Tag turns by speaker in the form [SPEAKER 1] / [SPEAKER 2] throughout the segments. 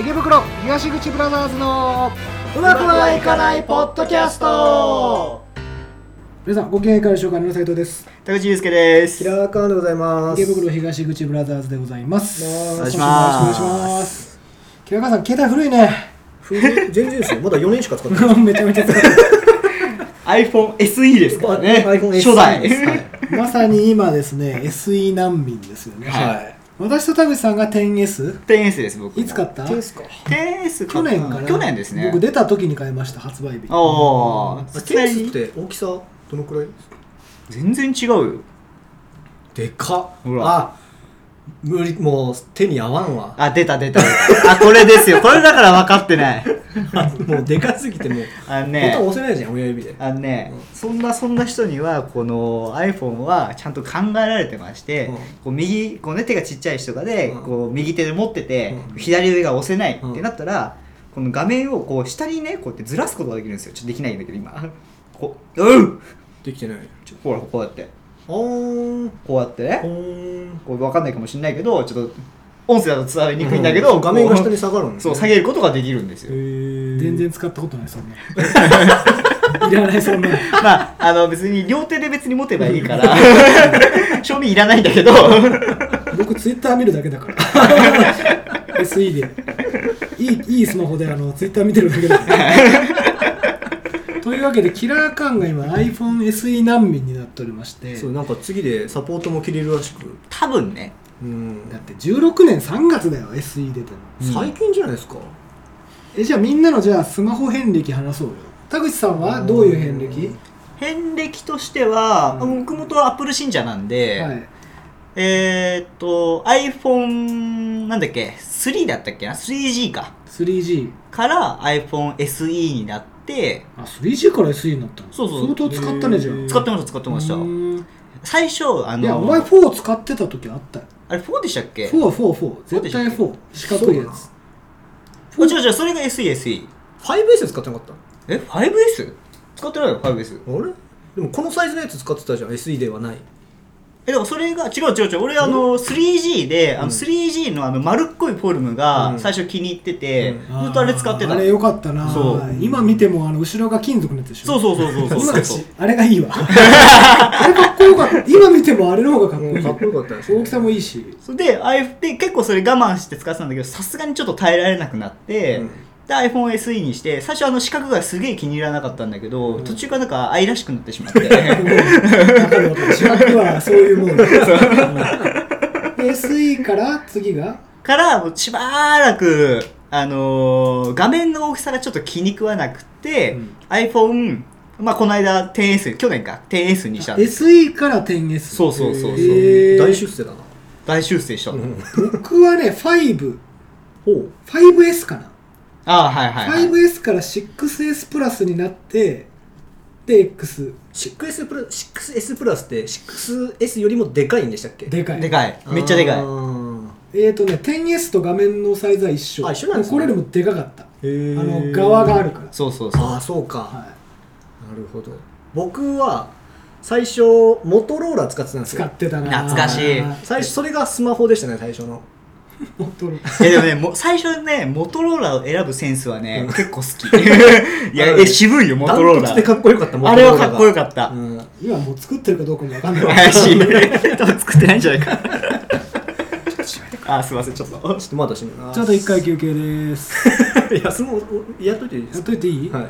[SPEAKER 1] 池袋東口ブラザーズの
[SPEAKER 2] うまくはいかないポッドキャスト
[SPEAKER 1] 皆さんご機嫌いかがでしょうかの斉藤です
[SPEAKER 2] 高橋祐介です
[SPEAKER 3] 平川カーンでございます。
[SPEAKER 1] 池袋東口ブラザーズでございます
[SPEAKER 3] お
[SPEAKER 2] 願いします
[SPEAKER 1] よろしくお願いします平川さん携帯古いね
[SPEAKER 3] 古い全然ですよ。まだ4年しか 使ってない。
[SPEAKER 1] めちゃめちゃ使って
[SPEAKER 2] iPhone SE ですからね
[SPEAKER 3] iPhone SE
[SPEAKER 2] 初代
[SPEAKER 3] ですはい
[SPEAKER 1] る まさに今ですね SE 難民ですよね、
[SPEAKER 2] はい
[SPEAKER 1] 私と田口さんが 10S
[SPEAKER 2] 10S です僕
[SPEAKER 1] いつ買った
[SPEAKER 3] いいですか。
[SPEAKER 2] 10S
[SPEAKER 1] 去年かな
[SPEAKER 2] 去年ですね
[SPEAKER 1] 僕出た時に買いました発売日
[SPEAKER 2] ああ
[SPEAKER 3] あ、
[SPEAKER 2] さす
[SPEAKER 3] ケ
[SPEAKER 2] が
[SPEAKER 3] ースっ
[SPEAKER 2] に
[SPEAKER 3] て大きさどのくらいですか
[SPEAKER 2] 全然違うよ
[SPEAKER 3] でかっ
[SPEAKER 2] ほら
[SPEAKER 3] あ、無理もう手に合わんわ。
[SPEAKER 2] あ出た出たあこれですよこれだから分かってない
[SPEAKER 3] もうでかすぎてもう
[SPEAKER 2] あの
[SPEAKER 3] ボタ
[SPEAKER 2] ね
[SPEAKER 3] ン押せないじゃん親指で。
[SPEAKER 2] あのね、そんなそんな人にはこの iPhone はちゃんと考えられてまして、
[SPEAKER 3] うん
[SPEAKER 2] こう右こう、ね、手がちっちゃい人がで、
[SPEAKER 3] うん
[SPEAKER 2] こう右手で持ってて、
[SPEAKER 3] うん
[SPEAKER 2] 左腕が押せないっ
[SPEAKER 3] う
[SPEAKER 2] て
[SPEAKER 3] ん
[SPEAKER 2] なったら、この画面をこう下にねこうやってずらすことができるんですよちょっとできないんだけど今こううん
[SPEAKER 3] できてない。
[SPEAKER 2] ちょほらこうやって
[SPEAKER 3] おーん。
[SPEAKER 2] こうやって
[SPEAKER 3] ほ
[SPEAKER 2] ね
[SPEAKER 3] ーん。
[SPEAKER 2] こう分かんないかもしれないけどちょっと音声だと伝わりにくいんだけど、
[SPEAKER 3] うん画面が下に
[SPEAKER 2] こ
[SPEAKER 3] 下がるん
[SPEAKER 2] う
[SPEAKER 3] です
[SPEAKER 2] そう下
[SPEAKER 3] へ
[SPEAKER 2] げることができるんですよ
[SPEAKER 3] ー
[SPEAKER 1] 全然使ったことないそんな いらないそんな
[SPEAKER 2] まあ、あの別に両手で別に持てばいいから、 正味いらないんだけど、
[SPEAKER 1] 僕ツイッター見るだけだから SE でいいいいスマホであのツイッター見てるだけだからというわけでキラー感が今 iPhoneSE 難民になっておりまして
[SPEAKER 3] そうなんか次でサポートも切れるらしく。
[SPEAKER 2] 多分ね、
[SPEAKER 3] うん
[SPEAKER 1] だ。って16年3月だよ SE 出たの
[SPEAKER 2] うん
[SPEAKER 3] 最近じゃないですか。
[SPEAKER 1] えじゃあみんなのじゃあスマホ遍歴話そうよ田口さんはどういう遍歴
[SPEAKER 2] 遍歴としては、
[SPEAKER 1] うん
[SPEAKER 2] 僕もとは Apple 信者なんで、
[SPEAKER 1] はい
[SPEAKER 2] えーっと、iPhone、なんだっけ、3だったっけな、3G か。
[SPEAKER 1] 3G
[SPEAKER 2] から iPhone SE になって、
[SPEAKER 1] あ 3G から SE になったの
[SPEAKER 2] そうそう
[SPEAKER 1] 相当使ったねじゃあ
[SPEAKER 3] へー
[SPEAKER 2] 使ってました、使ってました
[SPEAKER 1] う。ーん
[SPEAKER 2] 最初、あ
[SPEAKER 1] いやお
[SPEAKER 2] の、
[SPEAKER 1] 前4使ってた時あったよ
[SPEAKER 2] あれ4でしたっけ
[SPEAKER 1] 4、4、4。絶対
[SPEAKER 2] そ
[SPEAKER 1] 4。四角いやつ。
[SPEAKER 2] あ違う違う、それが SE、SE。
[SPEAKER 3] 5S 使ってなかった。
[SPEAKER 2] え、5S? 使ってないよ、5S。
[SPEAKER 3] あれでもこのサイズのやつ使ってたじゃん SE ではない
[SPEAKER 2] えだからそれが違う違う違う俺あの 3G であの 3G のあの丸っこいフォルムが
[SPEAKER 3] うん
[SPEAKER 2] 最初気に入ってて、
[SPEAKER 3] うん
[SPEAKER 2] ずっとあれ使ってた
[SPEAKER 1] あれ良かったな
[SPEAKER 2] そう
[SPEAKER 1] 今見てもあの後ろが金属のやつでし
[SPEAKER 2] そ
[SPEAKER 1] ょ
[SPEAKER 2] うそうそうそうそ
[SPEAKER 1] 今
[SPEAKER 2] うそうそう
[SPEAKER 1] あれが いいわあれかっこよかった今見てもあれの方がかっこいい
[SPEAKER 3] かっこよかったですね
[SPEAKER 1] 大きさもいいし
[SPEAKER 2] それで iPhone で結構それ我慢して使ってたんだけどさすがにちょっと耐えられなくなって、
[SPEAKER 3] うん
[SPEAKER 2] で iPhoneSE にして最初あの四角がすげえ気に入らなかったんだけど、途中からなんか愛らしくなってしまって
[SPEAKER 1] わかるわかる四角はそういうもんだで SE から次が
[SPEAKER 2] からもうしばらく、あのー画面の大きさがちょっと気に食わなくて、
[SPEAKER 1] うん
[SPEAKER 2] iPhone まあこの間 10S 去年か 10S にしたんです
[SPEAKER 1] SE から 10S
[SPEAKER 2] そうそうそうそう
[SPEAKER 1] へー
[SPEAKER 3] 大出世だな、
[SPEAKER 2] 大修正したの、
[SPEAKER 1] 僕はね 5S
[SPEAKER 3] ほう
[SPEAKER 1] かな
[SPEAKER 2] ああはいはい、はい、
[SPEAKER 1] 5S から 6S プラスになってで X
[SPEAKER 3] 6S プラス 6S プラスって 6S よりもでかいんでしたっけ
[SPEAKER 1] でかい
[SPEAKER 2] でかいめっちゃでかい
[SPEAKER 3] あー
[SPEAKER 1] えーとね 10S と画面のサイズは一緒
[SPEAKER 3] あ一緒なんですね
[SPEAKER 1] これよりもでかかったあ
[SPEAKER 3] へー
[SPEAKER 1] の側があるから、
[SPEAKER 2] そうそうそう
[SPEAKER 3] ああそうか、
[SPEAKER 1] は
[SPEAKER 3] なるほど僕は最初モトローラ使ってたんで
[SPEAKER 1] い、
[SPEAKER 3] す
[SPEAKER 1] 使
[SPEAKER 3] よ
[SPEAKER 1] ってたな
[SPEAKER 2] 懐かしい
[SPEAKER 3] 最初それがスマホでしたね最初の
[SPEAKER 1] 本当に
[SPEAKER 2] いやでもねも最初ねモトローラを選ぶセンスはね結構好きいや
[SPEAKER 3] あのね
[SPEAKER 2] え渋いよモトロー
[SPEAKER 3] ダント
[SPEAKER 2] ラ
[SPEAKER 3] ツでかっこよかったモ
[SPEAKER 2] あ
[SPEAKER 3] ト
[SPEAKER 2] れ
[SPEAKER 3] ロー
[SPEAKER 2] は
[SPEAKER 3] ラが
[SPEAKER 2] かっこよかった、
[SPEAKER 3] うんち
[SPEAKER 1] 今もう作ってるかどうかもわかん ない
[SPEAKER 2] 怪しい多分作ってないんじゃないかあすいませんちょっと
[SPEAKER 3] ょっとまだ閉めます
[SPEAKER 1] ちょっと 一回休憩です
[SPEAKER 3] 休もうやっといていいで
[SPEAKER 1] やっ
[SPEAKER 3] す
[SPEAKER 1] といていい、
[SPEAKER 3] かはい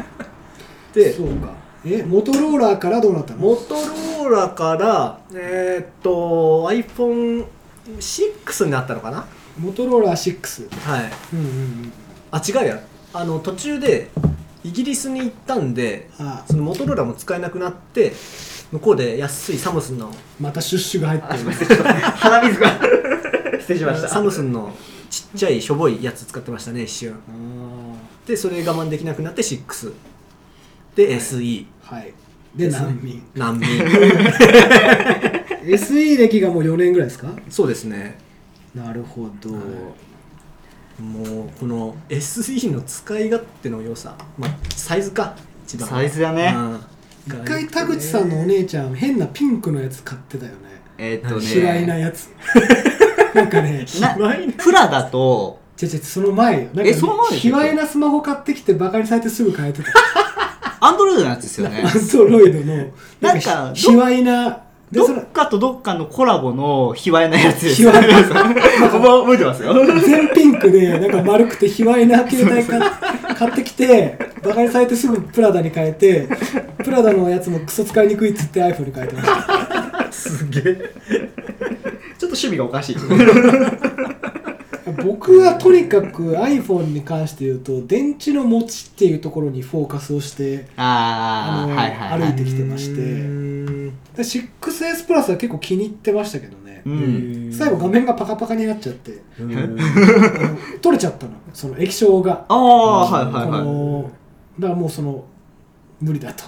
[SPEAKER 3] で
[SPEAKER 1] そうかえモトローラーからどうなったの
[SPEAKER 3] モトローラから、えーっと iPhone6 になったのかな
[SPEAKER 1] モトローラー6
[SPEAKER 3] はい
[SPEAKER 1] うんうんうん
[SPEAKER 3] あ違うやあの途中でイギリスに行ったんで
[SPEAKER 1] ああ
[SPEAKER 3] そのモトローラも使えなくなって向こうで安いサムスンの
[SPEAKER 1] またシュッシュが入ってる
[SPEAKER 2] 鼻水が失礼しました
[SPEAKER 3] サムスンのちっちゃいしょぼいやつ使ってましたね一瞬
[SPEAKER 1] あー
[SPEAKER 3] でそれ我慢できなくなって6で、SE
[SPEAKER 1] はいで難民
[SPEAKER 3] 難民
[SPEAKER 1] SE 歴がもう4年ぐらいですか
[SPEAKER 3] そうですね
[SPEAKER 1] なるほど、
[SPEAKER 3] もうこの SE の使い勝手の良さ、まあ、サイズか一番
[SPEAKER 2] サイズだね
[SPEAKER 3] うん
[SPEAKER 1] 一回田口さんのお姉ちゃん変なピンクのやつ買ってたよね
[SPEAKER 2] えーっとね
[SPEAKER 1] 嫌いなやつ なんかね
[SPEAKER 2] なプラだと
[SPEAKER 1] 違う違うその前よなんか
[SPEAKER 2] えその前でしょ
[SPEAKER 1] 卑猥なスマホ買ってきてバカにされてすぐ変えてた
[SPEAKER 2] アンドロイドのやつです よね
[SPEAKER 1] アンドロイドの
[SPEAKER 2] なんかど
[SPEAKER 1] 卑猥なで
[SPEAKER 2] ど
[SPEAKER 1] それ
[SPEAKER 2] っかとどっかのコラボの卑猥なやつです
[SPEAKER 1] 卑
[SPEAKER 2] よ
[SPEAKER 1] 猥
[SPEAKER 2] ね
[SPEAKER 1] なや
[SPEAKER 2] 覚えてますよ
[SPEAKER 1] 全ピンクでなんか丸くて卑猥な携帯 か買ってきてバカにされてすぐプラダに変えてプラダのやつもクソ使いにくいっつって iPhone に変えてました
[SPEAKER 2] すげえちょっと趣味がおかしい
[SPEAKER 1] 僕はとにかく iPhone に関して言うと電池の持ちっていうところにフォーカスをして
[SPEAKER 2] あ
[SPEAKER 1] あ
[SPEAKER 2] あ
[SPEAKER 1] の
[SPEAKER 2] はいはい
[SPEAKER 1] 歩
[SPEAKER 2] は
[SPEAKER 1] いて
[SPEAKER 2] い
[SPEAKER 1] きてまして
[SPEAKER 3] うーん
[SPEAKER 1] で 6S プラスは結構気に入ってましたけどね、
[SPEAKER 2] うん
[SPEAKER 1] 最後画面がパカパカになっちゃって
[SPEAKER 3] うーん
[SPEAKER 1] あの取れちゃったのその液晶が
[SPEAKER 2] ああはい
[SPEAKER 1] こ
[SPEAKER 2] はいはい
[SPEAKER 1] のだからもうその無理だと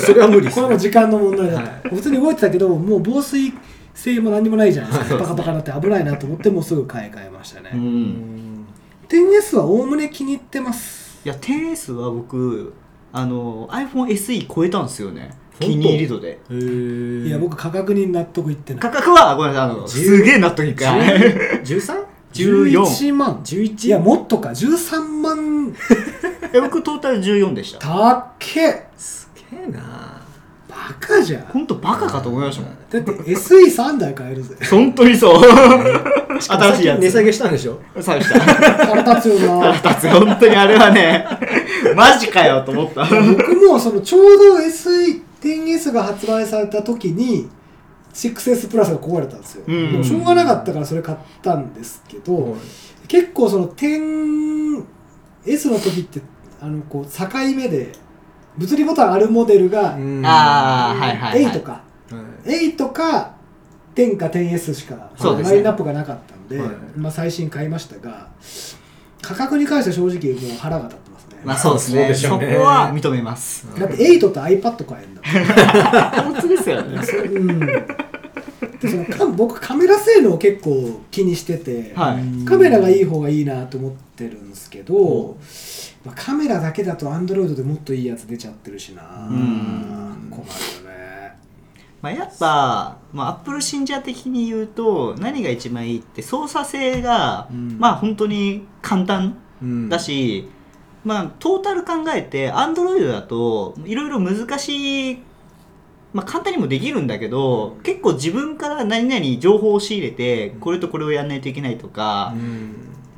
[SPEAKER 3] それは無理っ
[SPEAKER 1] こ
[SPEAKER 3] す
[SPEAKER 1] れ
[SPEAKER 3] ね
[SPEAKER 1] はもう時間の問題だと、普通に動いてたけどもう防水性も何にもないじゃないですかパカパカになって危ないなと思ってもうすぐ買い替えましたね、
[SPEAKER 2] う
[SPEAKER 3] うんん
[SPEAKER 1] 10S はおおむね気に入ってます
[SPEAKER 2] いや 10S は僕あの iPhoneSE 超えたんですよね
[SPEAKER 3] 本当
[SPEAKER 2] 気に入り度で
[SPEAKER 3] へー
[SPEAKER 1] いや僕価格に納得いってない
[SPEAKER 2] 価格はごめんなさいあの
[SPEAKER 3] 10
[SPEAKER 2] すげえ納得いかない
[SPEAKER 3] 13?
[SPEAKER 2] 14
[SPEAKER 1] 11万いやもっとか13万
[SPEAKER 2] え僕トータル14でした
[SPEAKER 1] たっけ
[SPEAKER 3] すげえな
[SPEAKER 1] バカじゃん
[SPEAKER 2] 本当バカかと思いましたもん
[SPEAKER 1] だって SE3 台買えるぜ
[SPEAKER 2] 本当にそう 新しいや
[SPEAKER 3] さ
[SPEAKER 2] つ
[SPEAKER 3] っき値下げしたんでしょ
[SPEAKER 2] そうで した
[SPEAKER 1] 腹立つよな
[SPEAKER 2] 腹立つ本当にあれはね マジかよと思った
[SPEAKER 1] 僕もそのちょうど SE10S が発売された時に 6S プラスが壊れたんですよ、
[SPEAKER 2] うん
[SPEAKER 1] でもしょうがなかったからそれ買ったんですけど、結構その 10S の時ってあのこう境目で物理ボタンあるモデルが
[SPEAKER 2] ああはいはい、はい、
[SPEAKER 1] 8か
[SPEAKER 3] あ、はい
[SPEAKER 1] 8か10か 10S しか
[SPEAKER 2] そうですね
[SPEAKER 1] ラインナップがなかったんで
[SPEAKER 3] はい
[SPEAKER 1] まあ、最新買いましたが価格に関しては正直もう腹が立ってますね、
[SPEAKER 2] まあそうです
[SPEAKER 3] そう
[SPEAKER 2] ね
[SPEAKER 3] でし
[SPEAKER 2] そ
[SPEAKER 3] ょうね
[SPEAKER 2] こは認めます
[SPEAKER 1] だって8と iPad 買えるんだもん
[SPEAKER 2] 本当ですよ ね
[SPEAKER 1] うん、でそのか僕カメラ性能を結構気にしてて、
[SPEAKER 2] はい
[SPEAKER 1] カメラがいい方がいいなと思ってるんですけど、
[SPEAKER 3] う
[SPEAKER 1] まあ、カメラだけだとアンドロイドでもっといいやつ出ちゃってるしな、
[SPEAKER 2] うん
[SPEAKER 1] 困るよね
[SPEAKER 2] まあ、やっぱ、まあ、アップル信者的に言うと何が一番いいって操作性が、
[SPEAKER 3] うん
[SPEAKER 2] まあ本当に簡単
[SPEAKER 3] うん
[SPEAKER 2] だし、まあトータル考えてアンドロイドだといろいろ難しい、まあ、簡単にもできるんだけど結構自分から何々情報を仕入れてこれとこれをやらないといけないとか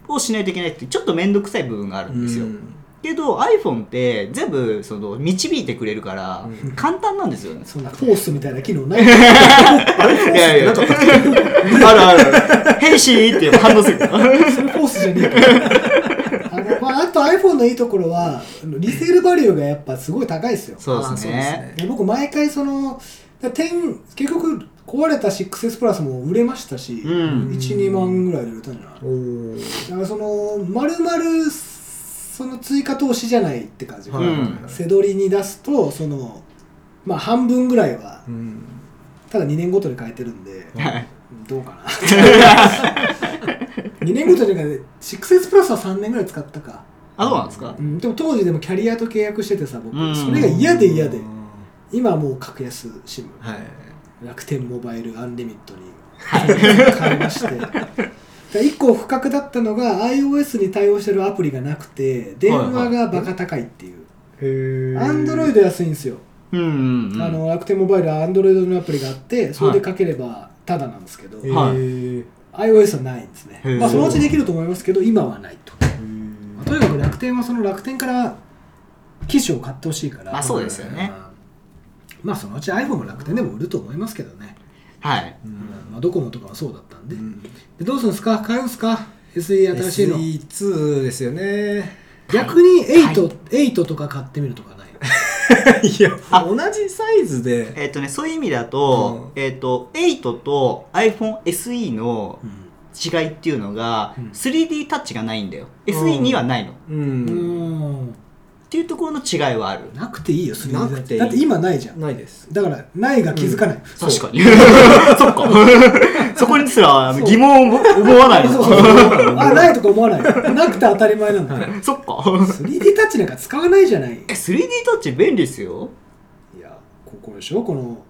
[SPEAKER 3] うん
[SPEAKER 2] をしないといけないってちょっと面倒くさい部分があるんですよ。
[SPEAKER 3] うん
[SPEAKER 2] けど iPhone って全部その導いてくれるから
[SPEAKER 3] うん
[SPEAKER 2] 簡単なんです よね。
[SPEAKER 1] そんなフォースみたいな機能 ない
[SPEAKER 2] いやいや、あるあるある。ヘイシーって反応する。
[SPEAKER 1] それフォースじゃねえからあの、まあ、あと iPhone のいいところはあのリセールバリューがやっぱすごい高いですよ
[SPEAKER 2] そう
[SPEAKER 3] あー
[SPEAKER 2] ですね。
[SPEAKER 1] いや僕毎回そのだ10結局壊れた 6S プラスも売れましたし、
[SPEAKER 2] うん
[SPEAKER 1] 12万ぐらいで売れたんじゃない
[SPEAKER 3] おー
[SPEAKER 1] だからその丸々その追加投資じゃないって感じ、
[SPEAKER 3] はいはいはい
[SPEAKER 1] 背取りに出すとそのまあ半分ぐらいは
[SPEAKER 3] うん
[SPEAKER 1] ただ2年ごとに変えてるんで、
[SPEAKER 2] はい
[SPEAKER 1] どうかな2年ごとに変えて 6S プラスは3年ぐらい使ったか、
[SPEAKER 2] あ、そうなんですか
[SPEAKER 1] う。ん、でも当時でもキャリアと契約しててさ僕
[SPEAKER 2] うん
[SPEAKER 1] それが嫌で嫌で今はもう格安 SIM
[SPEAKER 3] はい
[SPEAKER 1] 楽天モバイルアンリミットに変えまして1個不覚だったのが iOS に対応してるアプリがなくて電話がバカ高いっていう、
[SPEAKER 3] へえ
[SPEAKER 1] Android は安いんですよ、
[SPEAKER 2] うんうんうん。
[SPEAKER 1] あの楽天モバイルは Android のアプリがあってそれでかければタダなんですけど、
[SPEAKER 3] へ
[SPEAKER 2] はい
[SPEAKER 3] ー
[SPEAKER 1] iOS はないんですね
[SPEAKER 2] へ、ー
[SPEAKER 1] まあ、そのうちできると思いますけど今はないと、まあ
[SPEAKER 3] う
[SPEAKER 1] とにかく楽天はその楽天から機種を買ってほしいから
[SPEAKER 2] まあそうですよね
[SPEAKER 1] まあそのうち iPhone も楽天でも売ると思いますけどね、
[SPEAKER 2] はい。
[SPEAKER 1] まあ、ドコモとかはそうだったんで、
[SPEAKER 3] ん
[SPEAKER 1] でどうするんですか買うんですか SE 新しいの、
[SPEAKER 3] SE2 ですよね
[SPEAKER 1] 逆に 8,、8とか買ってみるとかない
[SPEAKER 3] いや同じサイズで
[SPEAKER 2] えっとね、そういう意味だと、えっと、8と iPhone SE の違いっていうのが
[SPEAKER 1] うん、
[SPEAKER 2] 3D タッチがないんだよ。
[SPEAKER 3] うん
[SPEAKER 2] SE にはないの。っ
[SPEAKER 3] う
[SPEAKER 1] うんん
[SPEAKER 2] ていうところの違いはある。
[SPEAKER 1] なくていいよ 3D
[SPEAKER 3] なくていい
[SPEAKER 1] だって今ないじゃん
[SPEAKER 3] ないです
[SPEAKER 1] だからないが気づかない、
[SPEAKER 3] そう
[SPEAKER 2] 確かに。そっか。そこにすらあの疑問を思わない
[SPEAKER 1] そう
[SPEAKER 2] の。
[SPEAKER 1] そうそう あないとか思わないなくて当たり前なんだ、
[SPEAKER 2] そっか。
[SPEAKER 1] 3D タッチなんか使わないじゃないい
[SPEAKER 2] え、3D タッチ便利っすよ。
[SPEAKER 1] やこれでしょこの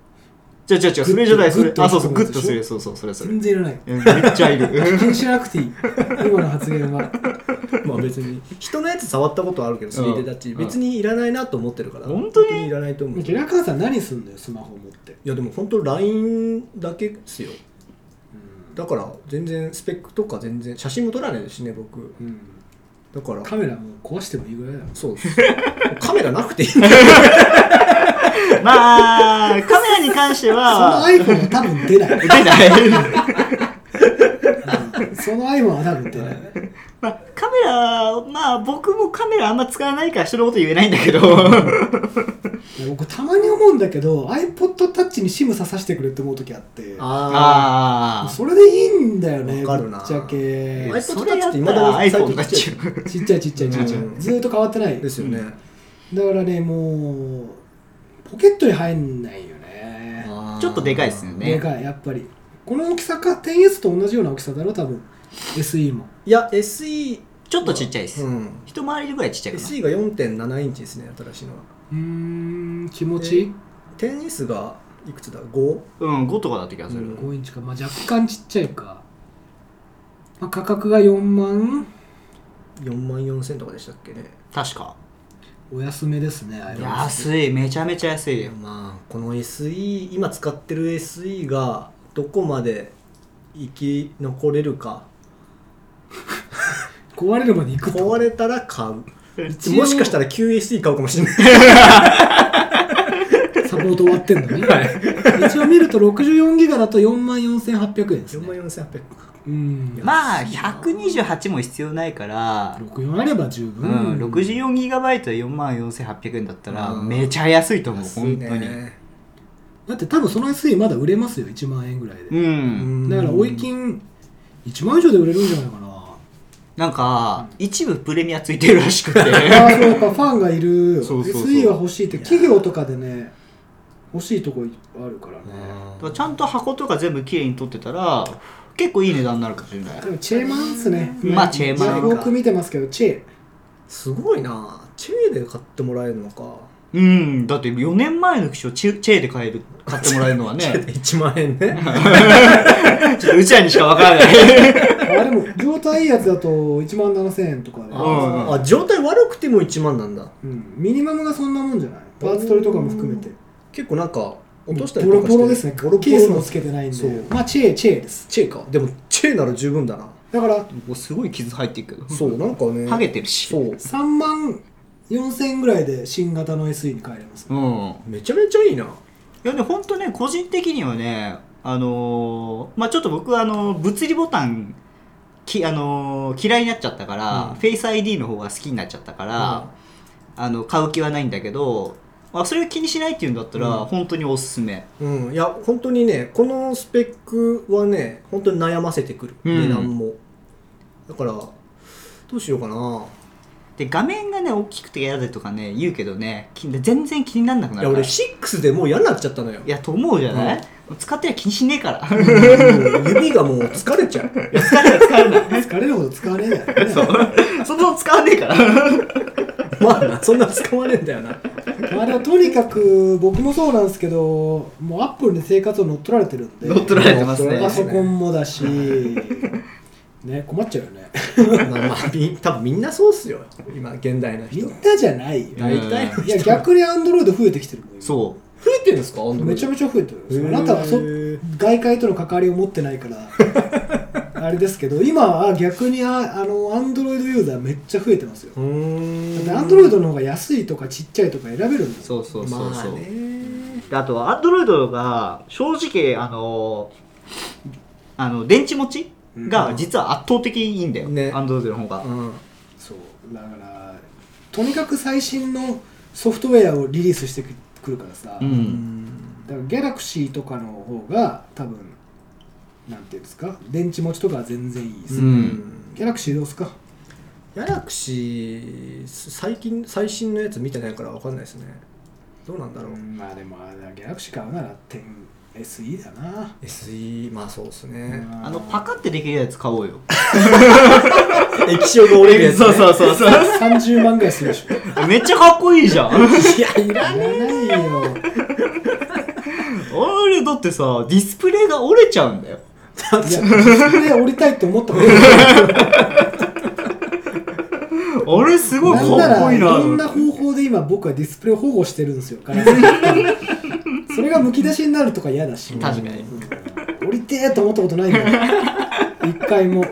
[SPEAKER 2] じゃあじゃあじゃあそれじゃないそ
[SPEAKER 1] グ
[SPEAKER 2] れ
[SPEAKER 1] ッと
[SPEAKER 2] あそうそうグ
[SPEAKER 1] グ
[SPEAKER 2] ッ
[SPEAKER 1] ッ
[SPEAKER 2] と
[SPEAKER 1] と
[SPEAKER 2] す
[SPEAKER 1] す
[SPEAKER 2] る
[SPEAKER 1] る
[SPEAKER 2] そうそうそれそれ
[SPEAKER 1] 全然いらない
[SPEAKER 2] うんめっちゃいる
[SPEAKER 1] 気にしなくていい今の発言は
[SPEAKER 3] まあ別に 人のやつ触ったことあるけど
[SPEAKER 2] うん
[SPEAKER 3] 3D タッチ別にいらないなと思ってるから
[SPEAKER 2] 本当に
[SPEAKER 3] いらないと思うい
[SPEAKER 1] 平川さん何すんだよスマホ持って
[SPEAKER 3] やでも本当 LINE だけですよだから全然スペックとか全然写真も撮らないですしね僕
[SPEAKER 1] うん、
[SPEAKER 3] だから
[SPEAKER 1] カメラもう壊してもいいぐらいだろ
[SPEAKER 3] そう ですカメラなくていい
[SPEAKER 2] まあカメラに関して
[SPEAKER 1] その
[SPEAKER 2] は
[SPEAKER 1] iPhone は多分出ない、
[SPEAKER 2] 出ない
[SPEAKER 1] うんその iPhone は多分出ない
[SPEAKER 2] まあ、カメラ、まあ僕もカメラあんま使わないから人のこと言えないんだけど、
[SPEAKER 1] いや僕たまに思うんだけど iPodTouch に SIM ささしてくれって思う時あって
[SPEAKER 3] あ
[SPEAKER 2] あ
[SPEAKER 1] それでいいんだよね
[SPEAKER 3] わかるな
[SPEAKER 1] ぶっちゃ
[SPEAKER 2] あ、
[SPEAKER 1] け
[SPEAKER 3] え iPod
[SPEAKER 2] それやった
[SPEAKER 3] Touch
[SPEAKER 2] ら
[SPEAKER 3] って未だに
[SPEAKER 2] iPhone になっちゃう。
[SPEAKER 1] ちっちゃいちっちゃいちっちゃい、
[SPEAKER 3] うん
[SPEAKER 1] ずーっと変わってない
[SPEAKER 3] あですよね、
[SPEAKER 1] だからねもうポケットに入んないよね
[SPEAKER 2] ちょっとでかいですよね
[SPEAKER 1] でかいやっぱりこの大きさか 10S と同じような大きさだろ多分 SE も
[SPEAKER 3] いや SE
[SPEAKER 2] ちょっとちっちゃいです。
[SPEAKER 3] うん
[SPEAKER 2] 一回りぐらいちっちゃくない
[SPEAKER 3] SE が4.7インチですね新しいのは
[SPEAKER 1] うーん気持ちいい
[SPEAKER 3] 10S がいくつだ 5?
[SPEAKER 2] うん、5とかだった気がする。
[SPEAKER 3] うん
[SPEAKER 1] 5インチか、まあ、若干ちっちゃいか、まあ、価格が4万
[SPEAKER 3] 4万4000とかでしたっけね
[SPEAKER 2] 確か。
[SPEAKER 1] お安めですねあれは
[SPEAKER 2] 安い、めちゃめちゃ安いよ。
[SPEAKER 3] まあこの SE 今使ってる SE がどこまで生き残れるか
[SPEAKER 1] 壊れるまで行くと
[SPEAKER 3] 壊れたら買う
[SPEAKER 1] 一応
[SPEAKER 3] もしかしたら QSE 買うかもしれない
[SPEAKER 1] サポート終わってんのね、一応見ると64ギガだと4万4800円です
[SPEAKER 3] 4万
[SPEAKER 1] ね
[SPEAKER 3] 4800
[SPEAKER 1] うん
[SPEAKER 2] まあ、128も必要ないから、
[SPEAKER 1] 64あれば十
[SPEAKER 2] う
[SPEAKER 1] 分、
[SPEAKER 2] ん、64GB で44,800円だったら、
[SPEAKER 3] うん
[SPEAKER 2] めちゃ安いと思う、
[SPEAKER 3] 安
[SPEAKER 2] 本
[SPEAKER 3] い
[SPEAKER 2] 当に。
[SPEAKER 3] ね
[SPEAKER 1] だって多分その SE まだ売れますよ1万円ぐらいで、
[SPEAKER 2] うん。
[SPEAKER 1] だから追い金1万以上で売れるんじゃないかな
[SPEAKER 2] なんか、一部プレミアついてるらし くて。
[SPEAKER 1] ああそうやっぱファンがいる
[SPEAKER 2] そうそうそう
[SPEAKER 1] SE は欲しいって企業とかでね欲しいとこあるからね
[SPEAKER 2] だからちゃんと箱とか全部きれいに取ってたら結構いい値段になるかもしれない
[SPEAKER 1] でもチェーマンっすね
[SPEAKER 2] まあチェーマン
[SPEAKER 1] 僕見てますけどチェー
[SPEAKER 3] すごいなチェーで買ってもらえるのか
[SPEAKER 2] うんだって4年前の機種をチェチェーで買える買ってもらえるのは
[SPEAKER 3] チェー
[SPEAKER 2] ね
[SPEAKER 3] で1万円ね
[SPEAKER 2] ちょっとうちらにしかわからない
[SPEAKER 1] あでも状態いいやつだと1万7000円とかで、
[SPEAKER 2] うん
[SPEAKER 3] あ状態悪くても1万なんだ
[SPEAKER 1] うん、ミニマムがそんなもんじゃないパーツ取りとかも含めて
[SPEAKER 3] 結構なんか落としたり
[SPEAKER 1] ボ
[SPEAKER 3] と
[SPEAKER 1] ロ
[SPEAKER 3] かして
[SPEAKER 1] ボロですね
[SPEAKER 3] ボロボロ
[SPEAKER 1] ケースもつけてないん
[SPEAKER 3] そう
[SPEAKER 1] でまあチェーチェーです
[SPEAKER 3] チェーかでもチェーなら十分だな
[SPEAKER 1] だから
[SPEAKER 2] もうすごい傷入っていくけど
[SPEAKER 3] そうなんかね
[SPEAKER 2] ハゲてるし
[SPEAKER 3] そう
[SPEAKER 1] 3万4000円ぐらいで新型の SE に変えれます、
[SPEAKER 2] うんい
[SPEAKER 3] めちゃめちゃいいな
[SPEAKER 2] やね本当ね個人的にはねあのーまあちょっと僕はあのー物理ボタンきあのー嫌いになっちゃったから、
[SPEAKER 3] うん
[SPEAKER 2] フェイス ID の方が好きになっちゃったから、あの買う気はないんだけど、まあ、それを気にしないっていうんだったら、
[SPEAKER 3] うん
[SPEAKER 2] 本当におすすめ
[SPEAKER 3] うん、いや本当にねこのスペックはね本当に悩ませてくる、
[SPEAKER 2] うん
[SPEAKER 3] 値段もだからどうしようかな
[SPEAKER 2] で画面がね大きくて嫌だとかね言うけどねき全然気にならなくない
[SPEAKER 3] や
[SPEAKER 2] るから
[SPEAKER 3] 俺6でもう嫌になっちゃったのよ
[SPEAKER 2] いやと思うじゃない、使ってりゃ気にしねえから
[SPEAKER 3] もう指がもう疲れちゃう
[SPEAKER 1] 疲れるほど使わねえだよね
[SPEAKER 2] そもそも使わねえから
[SPEAKER 3] まあなそんな使わねえんだよな
[SPEAKER 1] まあでもとにかく僕もそうなんですけどもうアップルに生活を乗っ取られてるんで
[SPEAKER 2] 乗っ取られてますね
[SPEAKER 1] パソコンもだ しね困っちゃうよね
[SPEAKER 3] まあまあみ多分みんなそうっすよ今現代の
[SPEAKER 1] み
[SPEAKER 3] 人
[SPEAKER 1] んなじゃないよ
[SPEAKER 3] 大体
[SPEAKER 2] う
[SPEAKER 3] の人
[SPEAKER 1] いや逆にアンドロイド増えてきてるもん今
[SPEAKER 2] そ
[SPEAKER 3] 増えてるんですか
[SPEAKER 1] めちゃめちゃ増えてるんですよ
[SPEAKER 3] へ
[SPEAKER 1] あ
[SPEAKER 3] ー
[SPEAKER 1] なたはそ外界との関わりを持ってないから あれですけど今は逆にああのアンドロイドユーザーめっちゃ増えてますよ
[SPEAKER 3] うーん
[SPEAKER 1] アンドロイドの方が安いとかちっちゃいとか選べるん
[SPEAKER 2] う
[SPEAKER 1] ですよ
[SPEAKER 2] そうそうそう
[SPEAKER 3] まあ
[SPEAKER 2] そう、
[SPEAKER 3] ね
[SPEAKER 2] であとはアンドロイドが正直あのあの電池持ちが実は圧倒的にいいんだよ、
[SPEAKER 3] ね
[SPEAKER 2] アンドロイドの方が、
[SPEAKER 3] うん
[SPEAKER 1] そうだからとにかく最新のソフトウェアをリリースしてくるからさ、だか
[SPEAKER 2] うん、
[SPEAKER 1] らギャラクシーとかの方が多分なんていうんですか電池持ちとかは全然いいです、
[SPEAKER 2] う
[SPEAKER 1] ね
[SPEAKER 2] ん
[SPEAKER 1] ギャラクシーどうすか
[SPEAKER 3] ギャラクシー最近最新のやつ見てないから分かんないですねどうなんだろう、
[SPEAKER 1] まあでもあれだギャラクシー買うなら 10SE だな、
[SPEAKER 3] SE まあそうですね
[SPEAKER 1] うん
[SPEAKER 2] あの パカってできるやつ買おうよ
[SPEAKER 3] 液晶が折れるやつ、ね、
[SPEAKER 2] そうそうそうそう
[SPEAKER 1] 30万ぐらいするでしょ
[SPEAKER 2] めっちゃかっこいいじゃん
[SPEAKER 3] いやいら
[SPEAKER 1] いらないよ
[SPEAKER 2] あれだってさディスプレイが折れちゃうんだよ
[SPEAKER 1] いや、それ降りたいと思ったことない。
[SPEAKER 2] あれすごいか
[SPEAKER 1] なんな
[SPEAKER 2] っこ
[SPEAKER 1] ら、
[SPEAKER 2] いい
[SPEAKER 1] い
[SPEAKER 2] な
[SPEAKER 1] ろんな方法で今僕はディスプレイを保護してるんですよ、ガラスに それがむき出しになるとか嫌だし。
[SPEAKER 2] 確かに
[SPEAKER 1] 降りてえと思ったことないんだよ一回も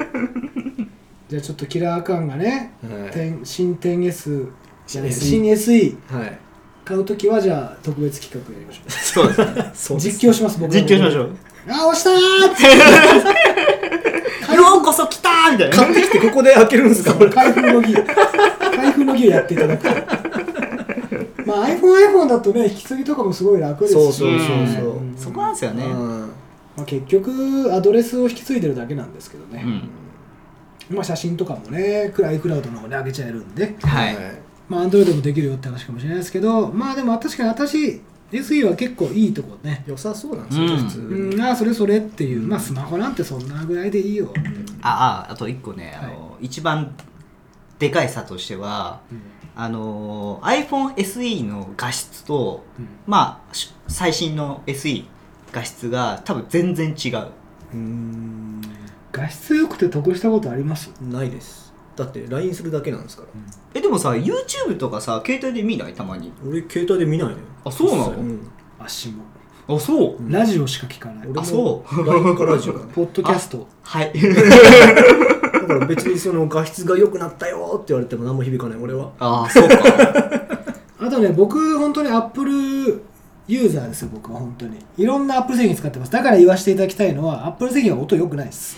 [SPEAKER 1] じゃあちょっとキラーカーンがね、
[SPEAKER 3] はい
[SPEAKER 1] 点新 10S じゃない新
[SPEAKER 3] 新
[SPEAKER 1] SE
[SPEAKER 3] はい
[SPEAKER 1] 買うときはじゃあ特別企画やりましょう
[SPEAKER 2] そうですね
[SPEAKER 3] そうです
[SPEAKER 1] 実況します僕ら
[SPEAKER 2] 実況しましょう
[SPEAKER 1] あ押したーって
[SPEAKER 2] ようこそ来たーみたいな
[SPEAKER 3] 買ってきてここで開けるんですかこれ
[SPEAKER 1] 開封の儀開封の儀をやっていただくとまあ iPhoneiPhone だとね引き継ぎとかもすごい楽ですし
[SPEAKER 3] そうそうそうそ
[SPEAKER 1] うん
[SPEAKER 3] う
[SPEAKER 2] そこなんですよね
[SPEAKER 3] うん
[SPEAKER 1] まあ、結局アドレスを引き継いでるだけなんですけどね
[SPEAKER 2] う、ん
[SPEAKER 1] まあ写真とかもねクライクラウドの方に上げちゃえるんで
[SPEAKER 2] はい
[SPEAKER 1] まあ、アンドロイドもできるよって話かもしれないですけど、まあでも確かに私、SE は結構いいとこね。
[SPEAKER 3] 良さそうなんですよ
[SPEAKER 2] うん
[SPEAKER 3] 普通
[SPEAKER 1] う
[SPEAKER 3] に
[SPEAKER 1] ん、ああ、それそれっていう、まあスマホなんてそんなぐらいでいいよ。
[SPEAKER 2] あああと1個ね、あの一番でかい差としては
[SPEAKER 1] うん
[SPEAKER 2] あの iPhoneSE の画質と、
[SPEAKER 1] うん
[SPEAKER 2] まあし最新の SE 画質が多分全然違う
[SPEAKER 3] うん
[SPEAKER 1] 画質良くて得したことあります
[SPEAKER 3] ないですだって LINE するだけなんですから
[SPEAKER 2] えでもさ YouTube とかさ携帯で見ないたまに
[SPEAKER 3] 俺携帯で見ないのよ
[SPEAKER 2] あそうなの
[SPEAKER 3] ん
[SPEAKER 1] 足も。
[SPEAKER 2] あそう
[SPEAKER 1] ラジオしか聞かない
[SPEAKER 3] 俺。
[SPEAKER 2] あそう
[SPEAKER 3] ラインからラジオだね
[SPEAKER 1] ポッドキャスト。
[SPEAKER 2] はい
[SPEAKER 3] だから別にその画質が良くなったよって言われても何も響かない俺は
[SPEAKER 2] ああそうか
[SPEAKER 1] あとね、僕、本当に Apple ユーザーですよ、僕は本当に。いろんな Apple 製品使ってます。だから言わせていただきたいのは、Apple 製品は音良くないです。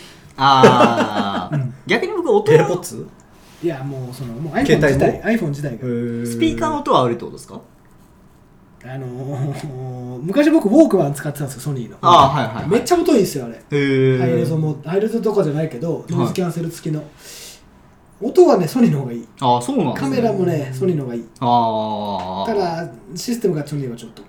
[SPEAKER 2] ああ逆に僕音
[SPEAKER 3] エア
[SPEAKER 2] は
[SPEAKER 3] ポッツ
[SPEAKER 1] いや、もうその、もう
[SPEAKER 3] 携
[SPEAKER 1] iPhone
[SPEAKER 3] 帯
[SPEAKER 1] 自体、
[SPEAKER 3] も
[SPEAKER 1] iPhone 自体が。
[SPEAKER 2] スピーカーの音はあるってことですか
[SPEAKER 1] あのー、 昔僕、ウォークマン使ってたんですよ、ソニーの。
[SPEAKER 2] ああはいはい、はい、
[SPEAKER 1] めっちゃ音いいですよあれハイ
[SPEAKER 2] へ
[SPEAKER 1] レ
[SPEAKER 2] え
[SPEAKER 1] ゾもハイレゾとかじゃないけどノイズキャンセル付きの、音はねソニーの方がいい
[SPEAKER 2] ああそうなんです
[SPEAKER 1] カ
[SPEAKER 2] ね
[SPEAKER 1] メラもねソニーの方がいい
[SPEAKER 2] ああ
[SPEAKER 1] ただシステムがソニーはちょっと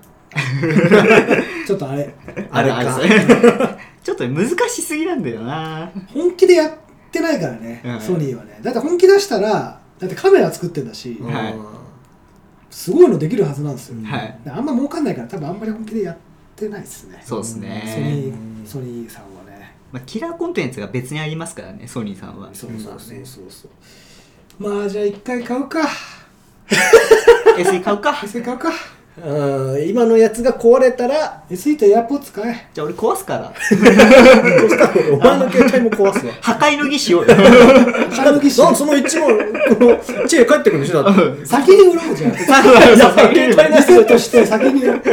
[SPEAKER 1] ちょっとあれ
[SPEAKER 3] あれか
[SPEAKER 2] あれ ちょっと難しすぎなんだよな
[SPEAKER 1] 本気でやってないからね、
[SPEAKER 2] うん
[SPEAKER 1] ソニーはねだって本気出したらだってカメラ作ってんだし、
[SPEAKER 2] んはい
[SPEAKER 1] すごいのできるはずなんですよ、
[SPEAKER 3] うん
[SPEAKER 2] はい
[SPEAKER 1] あんま儲かんないから多分あんまり本気でやってないですね
[SPEAKER 2] そうです
[SPEAKER 1] ソ
[SPEAKER 2] ね、
[SPEAKER 1] ニーソニーさんはね
[SPEAKER 2] まあ、キラーコンテンツが別にありますからねソニーさんは
[SPEAKER 1] そううんそうそうそうそうまあじゃあ一回買うか
[SPEAKER 2] SE 買 うか
[SPEAKER 1] 一回買うか
[SPEAKER 3] うん今のやつが壊れたら
[SPEAKER 1] SE とエアポッツ買え
[SPEAKER 2] じゃあ俺壊 すから
[SPEAKER 3] そしたらお前の携帯も壊 すわ
[SPEAKER 2] 破壊の儀しようよ
[SPEAKER 1] カルキッシ
[SPEAKER 3] なんかその一問この知恵帰ってくるんでしょだって
[SPEAKER 1] 先に売ろうじゃん リ
[SPEAKER 2] 携帯
[SPEAKER 1] セットして先に売って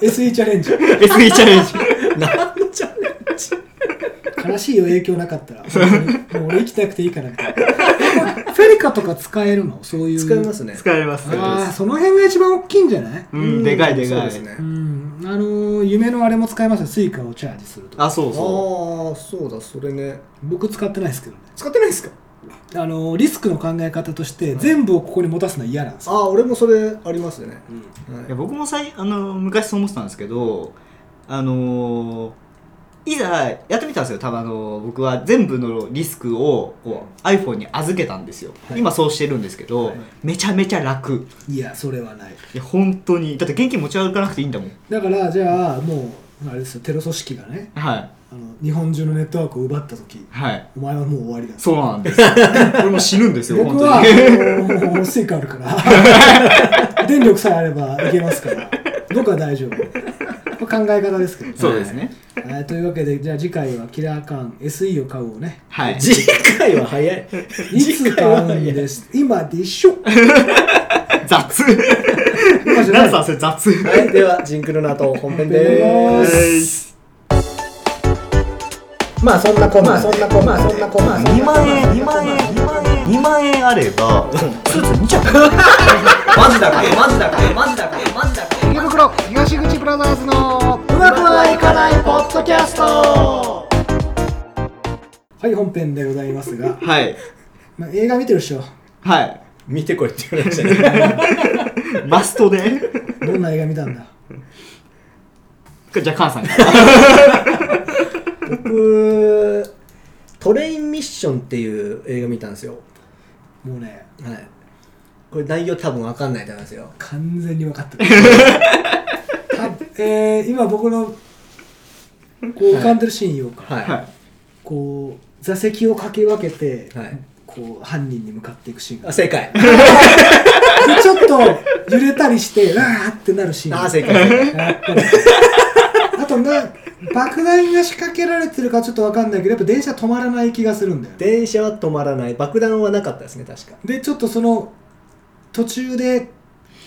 [SPEAKER 1] SE チャレンジ
[SPEAKER 2] SE チャレンジ
[SPEAKER 3] 何のチャレンジ
[SPEAKER 1] 悲しいよ影響なかったら本当にもう俺生きなくていいからみたいなフェリカとか使えるのそういう
[SPEAKER 3] 使いますね
[SPEAKER 2] 使えます
[SPEAKER 1] ああその辺が一番大きいんじゃない
[SPEAKER 2] うんでかいで
[SPEAKER 3] そう
[SPEAKER 2] かい
[SPEAKER 3] ですね
[SPEAKER 1] うんあのー夢のあれも使えますよスイカをチャージするとか
[SPEAKER 2] あそう
[SPEAKER 3] ああ
[SPEAKER 2] そ
[SPEAKER 3] そうだそれね
[SPEAKER 1] 僕使ってないですけどね
[SPEAKER 3] 使ってないですか
[SPEAKER 1] あのーリスクの考え方として全部をここに持たすのは嫌なんですよ
[SPEAKER 3] ああ俺もそれありますね
[SPEAKER 2] うい
[SPEAKER 3] は
[SPEAKER 2] や僕もさいあの昔そう思ってたんですけどあのーいざやってみたんですよ多分あの僕は全部のリスクをこう iPhone に預けたんですよ、
[SPEAKER 1] はい
[SPEAKER 2] 今そうしてるんですけど、
[SPEAKER 1] はい
[SPEAKER 2] めちゃめちゃ楽
[SPEAKER 1] いやそれはない
[SPEAKER 2] いや本当にだって現金持ち歩かなくていいんだもん
[SPEAKER 1] だからじゃあもうあれですよテロ組織がね
[SPEAKER 2] はい
[SPEAKER 1] あの日本中のネットワークを奪った時
[SPEAKER 2] はい
[SPEAKER 1] お前はもう終わりだ
[SPEAKER 2] そうなん です俺もう死ぬんですよ本
[SPEAKER 1] 僕
[SPEAKER 2] 当
[SPEAKER 1] は
[SPEAKER 2] に
[SPEAKER 1] あのもうスイカあるから 電力さえあればいけますから僕は大丈夫これ考え方ですけど、ね
[SPEAKER 2] そうですね
[SPEAKER 1] えーというわけでじゃあ次回はキラーカーン SE を買うをね
[SPEAKER 2] はい い
[SPEAKER 3] 次回は早い
[SPEAKER 1] いつ買うんです今でしょ
[SPEAKER 2] 雑
[SPEAKER 1] 今じゃな
[SPEAKER 2] 何
[SPEAKER 1] い
[SPEAKER 2] さそれ雑
[SPEAKER 3] はいではジンクルの後本編
[SPEAKER 1] 本編
[SPEAKER 3] で
[SPEAKER 1] で
[SPEAKER 3] ー
[SPEAKER 1] す
[SPEAKER 3] す
[SPEAKER 1] まあそんなこんなそんなこんなそんなこんな
[SPEAKER 2] 2万円2万円2万円2万円あればスーツ2着 マジだかよマジだかよマジだかよマジだかよ
[SPEAKER 1] 池袋東口ブラザーズの
[SPEAKER 2] うまくはいかないポッドキャストは
[SPEAKER 1] はい本編でございますが、
[SPEAKER 2] い
[SPEAKER 1] まあ、映画見てるでしょ
[SPEAKER 2] はい
[SPEAKER 3] 見てこいって言われましたね
[SPEAKER 2] マストで
[SPEAKER 1] どんな映画見たんだ
[SPEAKER 2] じゃあカンさんから
[SPEAKER 3] 僕トレインミッションっていう映画見たんですよ
[SPEAKER 1] もうね
[SPEAKER 3] はいこれ内容多分わかんないと思いますよ
[SPEAKER 1] 完全に分かってる多分えー、今僕のこう浮かんでるシーン言おうか、
[SPEAKER 3] はい
[SPEAKER 2] は
[SPEAKER 1] こう座席を駆け分けて、
[SPEAKER 3] はい
[SPEAKER 1] こう犯人に向かっていくシーンが
[SPEAKER 3] あ正解
[SPEAKER 1] でちょっと揺れたりしてうわーってなるシーン
[SPEAKER 3] あ正 解
[SPEAKER 1] やっぱりあとな爆弾が仕掛けられてるかちょっと分かんないけどやっぱ電車止まらない気がするんだよね
[SPEAKER 3] 電車は止まらない爆弾はなかったですね確か
[SPEAKER 1] でちょっとその途中で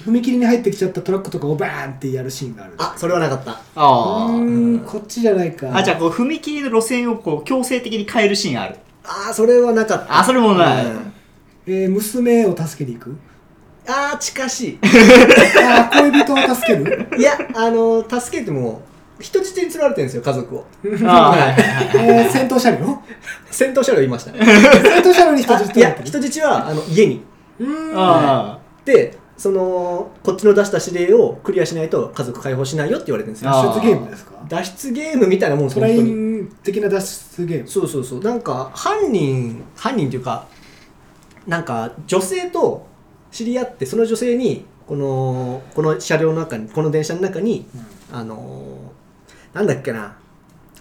[SPEAKER 1] 踏切に入ってきちゃったトラックとかをバーンってやるシーンがある
[SPEAKER 3] あそれはなかった
[SPEAKER 2] あ
[SPEAKER 1] う
[SPEAKER 2] ー
[SPEAKER 1] ーんこっちじゃないか
[SPEAKER 2] あじゃあこう踏切の路線をこう強制的に変えるシーンある
[SPEAKER 3] あーそれはなかった
[SPEAKER 2] あそれもない、
[SPEAKER 3] うん
[SPEAKER 1] えー娘を助けに行く
[SPEAKER 3] あー近し
[SPEAKER 1] あー恋人を助け る
[SPEAKER 3] いいやあの助けても人質に釣られてるんですよ家族を
[SPEAKER 2] あーはいはいはい
[SPEAKER 1] えー、戦闘車両
[SPEAKER 3] 戦闘車両いました
[SPEAKER 1] 戦闘車両に人質
[SPEAKER 3] あい
[SPEAKER 1] 取られ
[SPEAKER 3] や
[SPEAKER 1] てる
[SPEAKER 3] 人質はあの家に
[SPEAKER 1] うーん
[SPEAKER 2] あ
[SPEAKER 3] でそのこっちの出した指令をクリアしないと家族解放しないよって言われてるんですよ
[SPEAKER 2] あ
[SPEAKER 1] 脱出ゲームですか
[SPEAKER 3] 脱出ゲームみたいなもんです
[SPEAKER 1] ト
[SPEAKER 3] 本
[SPEAKER 1] ライ
[SPEAKER 3] 当に
[SPEAKER 1] ン的な脱出ゲーム
[SPEAKER 3] そうそうそうなんか犯人犯人というかなんか女性と知り合ってその女性にこのこの車両の中にこの電車の中にあのーなんだっけな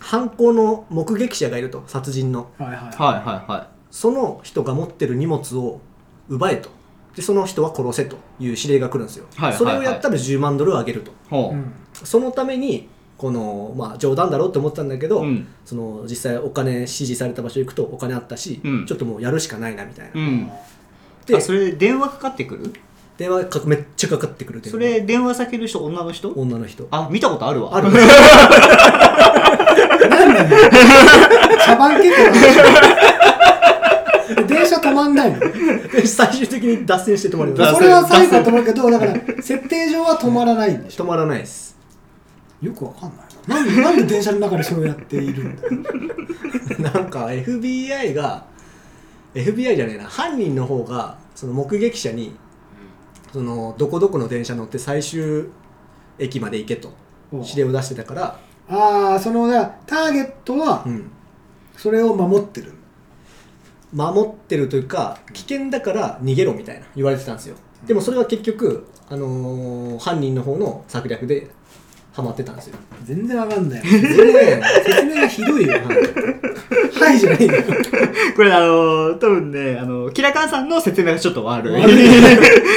[SPEAKER 3] 犯行の目撃者がいると殺人の
[SPEAKER 1] はいはい
[SPEAKER 2] ーはいはいはい
[SPEAKER 3] その人が持ってる荷物を奪えとでその人は殺せという指令が来るんですよ、
[SPEAKER 2] はいはいはい
[SPEAKER 3] それをやったら10万ドルをあげると
[SPEAKER 2] ほう、
[SPEAKER 1] うん
[SPEAKER 3] そのためにこの、まあ、冗談だろうって思ってたんだけど、
[SPEAKER 2] うん
[SPEAKER 3] その実際お金指示された場所行くとお金あったし、
[SPEAKER 2] うん
[SPEAKER 3] ちょっともうやるしかないなみたいな、
[SPEAKER 2] うん、
[SPEAKER 3] で
[SPEAKER 2] あそれで電話かかってくる
[SPEAKER 3] 電話かめっちゃかかってくる電話
[SPEAKER 2] それ電話先の人女の人
[SPEAKER 3] 女の人
[SPEAKER 2] あ見たことあるわ
[SPEAKER 3] ある
[SPEAKER 1] 茶番結構な電車止まんないの
[SPEAKER 3] で最終的に脱線して止まりま
[SPEAKER 2] 脱線
[SPEAKER 3] す
[SPEAKER 1] それは最後だと思うけどだから設定上は止まらないんでしょ
[SPEAKER 3] 止まらないです
[SPEAKER 1] よくわかんないななんでなんで電車の中でそれをやっているんだよ
[SPEAKER 3] なんか FBI が FBI じゃねえな犯人の方がその目撃者にそのどこどこの電車乗って最終駅まで行けと指令を出してたから、
[SPEAKER 1] ああそのじゃあターゲットは
[SPEAKER 3] うん、
[SPEAKER 1] それを守ってるんだ
[SPEAKER 3] 守ってるというか危険だから逃げろみたいな言われてたんですよでもそれは結局、あのー犯人の方の策略でハマってたんですよ
[SPEAKER 1] 全然わかんない
[SPEAKER 3] 全然説明がひどいよ、はい
[SPEAKER 1] はいじゃないんだよ
[SPEAKER 2] これあのー、多分ねあのキラカンさんの説明がちょっと 悪い
[SPEAKER 1] 悪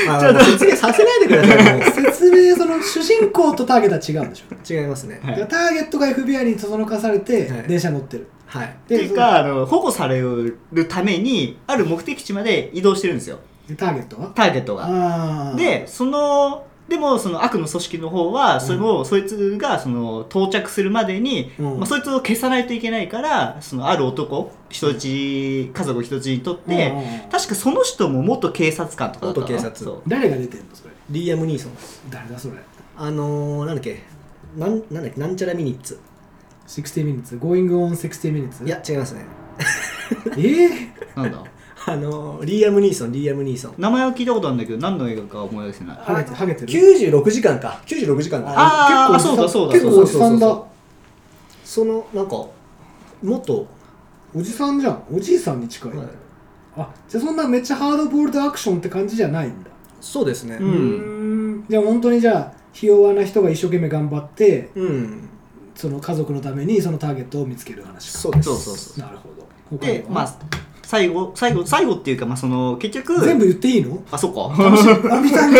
[SPEAKER 3] あのもう説明させないでくださいも
[SPEAKER 1] 説明その主人公とターゲットは違うんでしょ
[SPEAKER 3] う違いますね
[SPEAKER 2] はい
[SPEAKER 1] だからターゲットが FBI にそそのかされて
[SPEAKER 3] はい
[SPEAKER 1] 電車乗ってる
[SPEAKER 3] はい
[SPEAKER 2] っていうかあの保護されるためにある目的地まで移動してるんですよ
[SPEAKER 1] でターゲットは
[SPEAKER 2] ターゲットが。
[SPEAKER 1] ああ
[SPEAKER 2] でそのでもその悪の組織の方はそれもそいつがその到着するまでに、
[SPEAKER 3] うん
[SPEAKER 2] まあ、そいつを消さないといけないからそのある男人質家族を人質にとって、
[SPEAKER 1] うんうんうん
[SPEAKER 2] 確かその人も元警察官とかだったの
[SPEAKER 3] 元警察
[SPEAKER 2] そう
[SPEAKER 1] 誰が出てんのそれ
[SPEAKER 3] リーアム・ニーソンです
[SPEAKER 1] 誰だそれ
[SPEAKER 3] あのー、なんだっけなんなんだっけなんちゃらミニッツ
[SPEAKER 1] 60 minutes going on 60 minutes
[SPEAKER 3] いや違いますね
[SPEAKER 1] ええ
[SPEAKER 2] なんだ
[SPEAKER 3] あのー、リーアム・ニーソンリーアム・ニーソン
[SPEAKER 2] 名前は聞いたことあるんだけど何の映画か思い出せない
[SPEAKER 1] ハゲてハゲてる
[SPEAKER 3] 96時間か96時間か
[SPEAKER 2] あー
[SPEAKER 3] 結構
[SPEAKER 2] あそうだそうだ
[SPEAKER 1] 結構おじ
[SPEAKER 3] そうだ
[SPEAKER 1] さん
[SPEAKER 3] そう
[SPEAKER 1] だ
[SPEAKER 3] そのなんか元
[SPEAKER 1] おじさんじゃんおじいさんに近い、あじゃあそんなめっちゃハードボールドアクションって感じじゃないんだ
[SPEAKER 3] そうですね
[SPEAKER 2] うん
[SPEAKER 1] んじゃあ本当にじゃあひ弱な人が一生懸命頑張って
[SPEAKER 3] うん、
[SPEAKER 1] その家族のためにそのターゲットを見つける話か
[SPEAKER 3] そうです
[SPEAKER 2] そうそうそ
[SPEAKER 1] なるほど他に
[SPEAKER 2] で
[SPEAKER 1] は
[SPEAKER 2] まあ最後最後最後っていうか、まあ、その結局
[SPEAKER 1] 全部言っていい の
[SPEAKER 2] あそうか
[SPEAKER 1] 楽しいあみたいに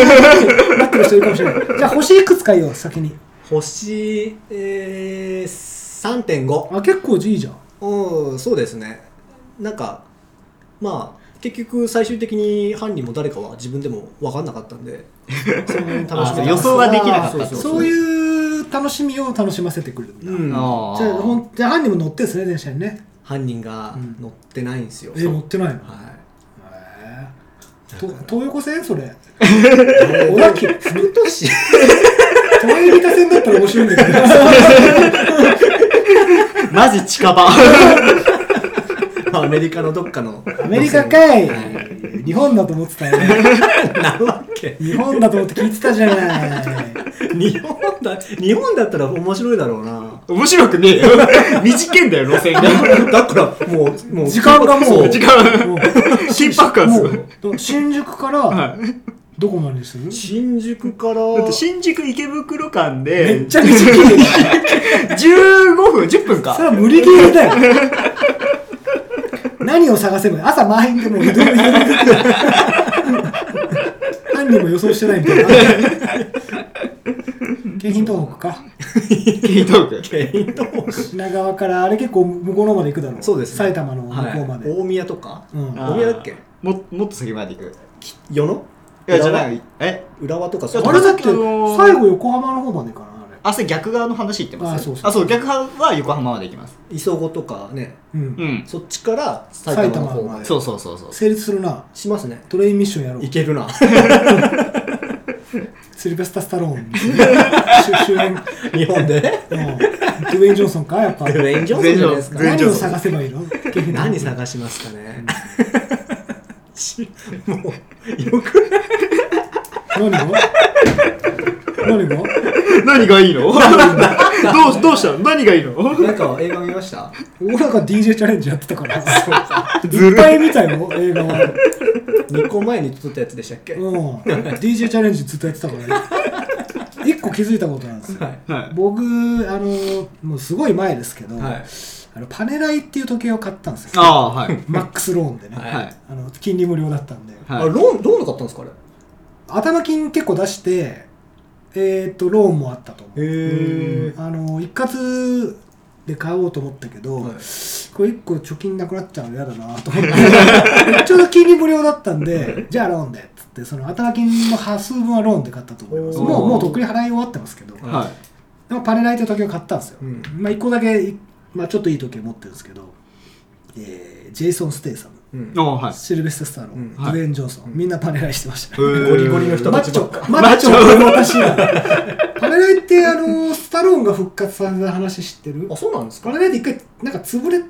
[SPEAKER 1] なってる人いるかもしれないじゃあ星いくつか言おう先に
[SPEAKER 3] 星、えー、3.5
[SPEAKER 1] あ結構いいじゃん
[SPEAKER 3] うんそうですねなんかまあ結局最終的に犯人も誰かは自分でも分かんなかったんでそんなに楽しめ
[SPEAKER 2] あ
[SPEAKER 3] た
[SPEAKER 2] 予想はできなかった
[SPEAKER 3] そうそう
[SPEAKER 1] そういう楽しみを楽しませてくれるんだ、
[SPEAKER 3] うん
[SPEAKER 2] あー
[SPEAKER 1] じゃあほんじゃあ犯人も乗ってんですね電車にね
[SPEAKER 3] 犯人が乗ってないんですよ、
[SPEAKER 1] え乗ってないの
[SPEAKER 3] はい
[SPEAKER 1] へえと東横線そ れ
[SPEAKER 3] 小田急ふとし
[SPEAKER 1] 東横田線だったら面白いんだけど
[SPEAKER 2] マジ 近場
[SPEAKER 3] アメリカのどっかの
[SPEAKER 1] アメリカかい
[SPEAKER 3] はい
[SPEAKER 1] 日本だと思ってたよね
[SPEAKER 3] なわけ
[SPEAKER 1] 日本だと思って聞いてたじゃない
[SPEAKER 3] 日本だ日本だったら面白いだろうな
[SPEAKER 2] 面白くね えよ短いんだよ路線が
[SPEAKER 3] だからもうもう
[SPEAKER 1] 時間がもう
[SPEAKER 3] そ
[SPEAKER 2] 時間
[SPEAKER 1] もう
[SPEAKER 2] 緊迫感すごい
[SPEAKER 1] もう新宿から
[SPEAKER 2] は
[SPEAKER 1] どこまでにする
[SPEAKER 3] 新宿から
[SPEAKER 2] だって新宿池袋間
[SPEAKER 1] め
[SPEAKER 2] で
[SPEAKER 1] っちゃ短いよ
[SPEAKER 2] 15分10分
[SPEAKER 1] そ
[SPEAKER 2] か
[SPEAKER 1] れは無理ゲーだよ何を探せばいい朝満員でもう移動移動何にも予想してないみたいな京浜東北か
[SPEAKER 2] 聞いとく
[SPEAKER 1] 品川からあれ結構向こうの方まで行くだろ
[SPEAKER 3] そうですね
[SPEAKER 1] 埼玉の向こうまで、
[SPEAKER 3] はい大宮とか
[SPEAKER 1] うんあ
[SPEAKER 2] あー
[SPEAKER 3] 大宮だっけ
[SPEAKER 2] ももっと先まで行く
[SPEAKER 3] 与野
[SPEAKER 2] いやじゃないえ
[SPEAKER 3] 浦和とか
[SPEAKER 2] いや
[SPEAKER 1] れ
[SPEAKER 3] う
[SPEAKER 1] だっ
[SPEAKER 2] さ
[SPEAKER 1] て
[SPEAKER 2] きあのー
[SPEAKER 1] 最後横浜の方までかなあれ
[SPEAKER 2] あそれ逆側の話言ってます
[SPEAKER 1] あそうそう
[SPEAKER 2] 逆側は横浜まで行きます
[SPEAKER 3] 磯子とかね
[SPEAKER 1] うん、
[SPEAKER 2] うん
[SPEAKER 3] そっちから埼玉の方
[SPEAKER 1] 埼玉ま
[SPEAKER 3] ま
[SPEAKER 1] で
[SPEAKER 3] で
[SPEAKER 2] そうそうそうそう
[SPEAKER 1] 成立するな
[SPEAKER 3] しますね
[SPEAKER 1] トレインミッションやろう
[SPEAKER 3] いけるな
[SPEAKER 1] シルベスタ・スタローン主主演うん
[SPEAKER 3] 日本 で
[SPEAKER 1] ドゥェイン・ジョンソンかやっぱ
[SPEAKER 3] ドゥエイン・ジョンソンじゃないですか
[SPEAKER 2] ドゥエインジ
[SPEAKER 1] 何
[SPEAKER 2] ョ
[SPEAKER 1] を
[SPEAKER 2] ンソン
[SPEAKER 1] 探せばいいの
[SPEAKER 3] 何探しますかねしも うよく
[SPEAKER 1] 何が何が
[SPEAKER 2] 何がいいの どうどうしたの何がいいの
[SPEAKER 3] なんか映画見ました
[SPEAKER 1] 俺なんか DJ チャレンジやってたから
[SPEAKER 2] ず
[SPEAKER 1] いっぱい見たよ映画は
[SPEAKER 3] 2個前に撮ったやつでしたっけ、
[SPEAKER 1] うん DJ チャレンジずっとやってたからね一個気づいたことなんですよ
[SPEAKER 3] はい
[SPEAKER 2] はい
[SPEAKER 1] 僕あのもうすごい前ですけど、
[SPEAKER 3] はい
[SPEAKER 1] あのパネライっていう時計を買ったんですよ
[SPEAKER 2] ああはい
[SPEAKER 1] マックスローンでね、
[SPEAKER 3] はい
[SPEAKER 2] はい
[SPEAKER 1] あの金利無料だったんで、
[SPEAKER 3] あローンローンの買ったんですかあれ
[SPEAKER 1] 頭金結構出してえっとローンもあったと思う
[SPEAKER 3] へ
[SPEAKER 1] あの一括で買おうと思ったけど、
[SPEAKER 3] はい
[SPEAKER 1] これ1個貯金なくなっちゃうの嫌だなと思って ちょうど金利無料だったんでじゃあローンでっつってその頭金の端数分はローンで買ったと思います
[SPEAKER 3] おー
[SPEAKER 1] もうもうとっくに払い終わってますけど、
[SPEAKER 2] はい
[SPEAKER 1] でもパネライという時計を買ったんですよ、
[SPEAKER 3] うん
[SPEAKER 1] まあ1個だけ、いまあ、ちょっといい時計持ってるんですけど、えージェイソン・ステイサム
[SPEAKER 3] うん
[SPEAKER 2] ああはい
[SPEAKER 1] シルベスタ・スタローン、
[SPEAKER 3] うん
[SPEAKER 1] ドゥエイン・ジョンソン、みんなパネライしてました、
[SPEAKER 3] ゴリゴリの人
[SPEAKER 1] マ
[SPEAKER 3] た
[SPEAKER 1] ッ
[SPEAKER 3] ち
[SPEAKER 1] チ
[SPEAKER 3] ば
[SPEAKER 1] ョ
[SPEAKER 3] っか
[SPEAKER 1] マッチョの私だパネライってあのスタローンが復活させた話知ってる
[SPEAKER 3] あそうなんです
[SPEAKER 1] パ
[SPEAKER 3] か
[SPEAKER 1] ネライって一回なんか潰れ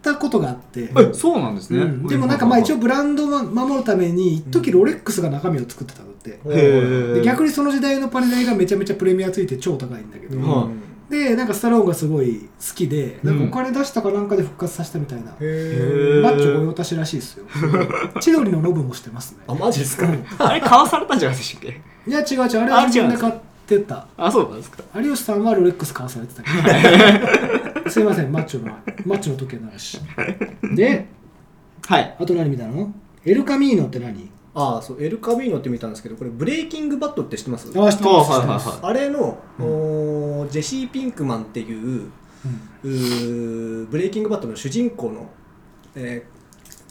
[SPEAKER 1] たことがあって
[SPEAKER 2] えそうなんですね、
[SPEAKER 1] うんでもなんかまあ一応
[SPEAKER 2] へ
[SPEAKER 1] ブランドを守るために一時ロレックスが中身を作ってたのって、
[SPEAKER 2] え
[SPEAKER 1] で逆にその時代のパネライがめちゃめちゃプレミアついて超高いんだけど、
[SPEAKER 3] うん
[SPEAKER 2] は
[SPEAKER 1] でなんかスタローンがすごい好きでなんか
[SPEAKER 2] うん
[SPEAKER 1] お金出したかなんかで復活させたみたいな、
[SPEAKER 3] へえ
[SPEAKER 1] マッチョ御用達らしい ですよ千鳥のノブもしてますね
[SPEAKER 3] あマジですか
[SPEAKER 2] あれ買わされたんじゃないでしたっけ
[SPEAKER 1] いや違う違うあれ
[SPEAKER 2] あ
[SPEAKER 1] は
[SPEAKER 2] 違うん
[SPEAKER 1] 自分
[SPEAKER 2] で
[SPEAKER 1] です
[SPEAKER 2] か
[SPEAKER 1] 買ってた
[SPEAKER 2] あそうなんですか
[SPEAKER 1] 有吉さんはロレックス買わされてたけ どすいませんマッチョのマッチョの時計の話で
[SPEAKER 2] はい
[SPEAKER 1] あと何見たのエルカミーノって何
[SPEAKER 3] ああそうエルカビーノって見たんですけどこれブレイキングバットって知ってます
[SPEAKER 1] ああ知ってます
[SPEAKER 2] あ
[SPEAKER 1] 知ってま
[SPEAKER 2] はいはい
[SPEAKER 1] す
[SPEAKER 2] は
[SPEAKER 3] あれの、
[SPEAKER 1] うん
[SPEAKER 3] おージェシー・ピンクマンっていう
[SPEAKER 1] うん
[SPEAKER 3] うーブレイキングバットの主人公の、えー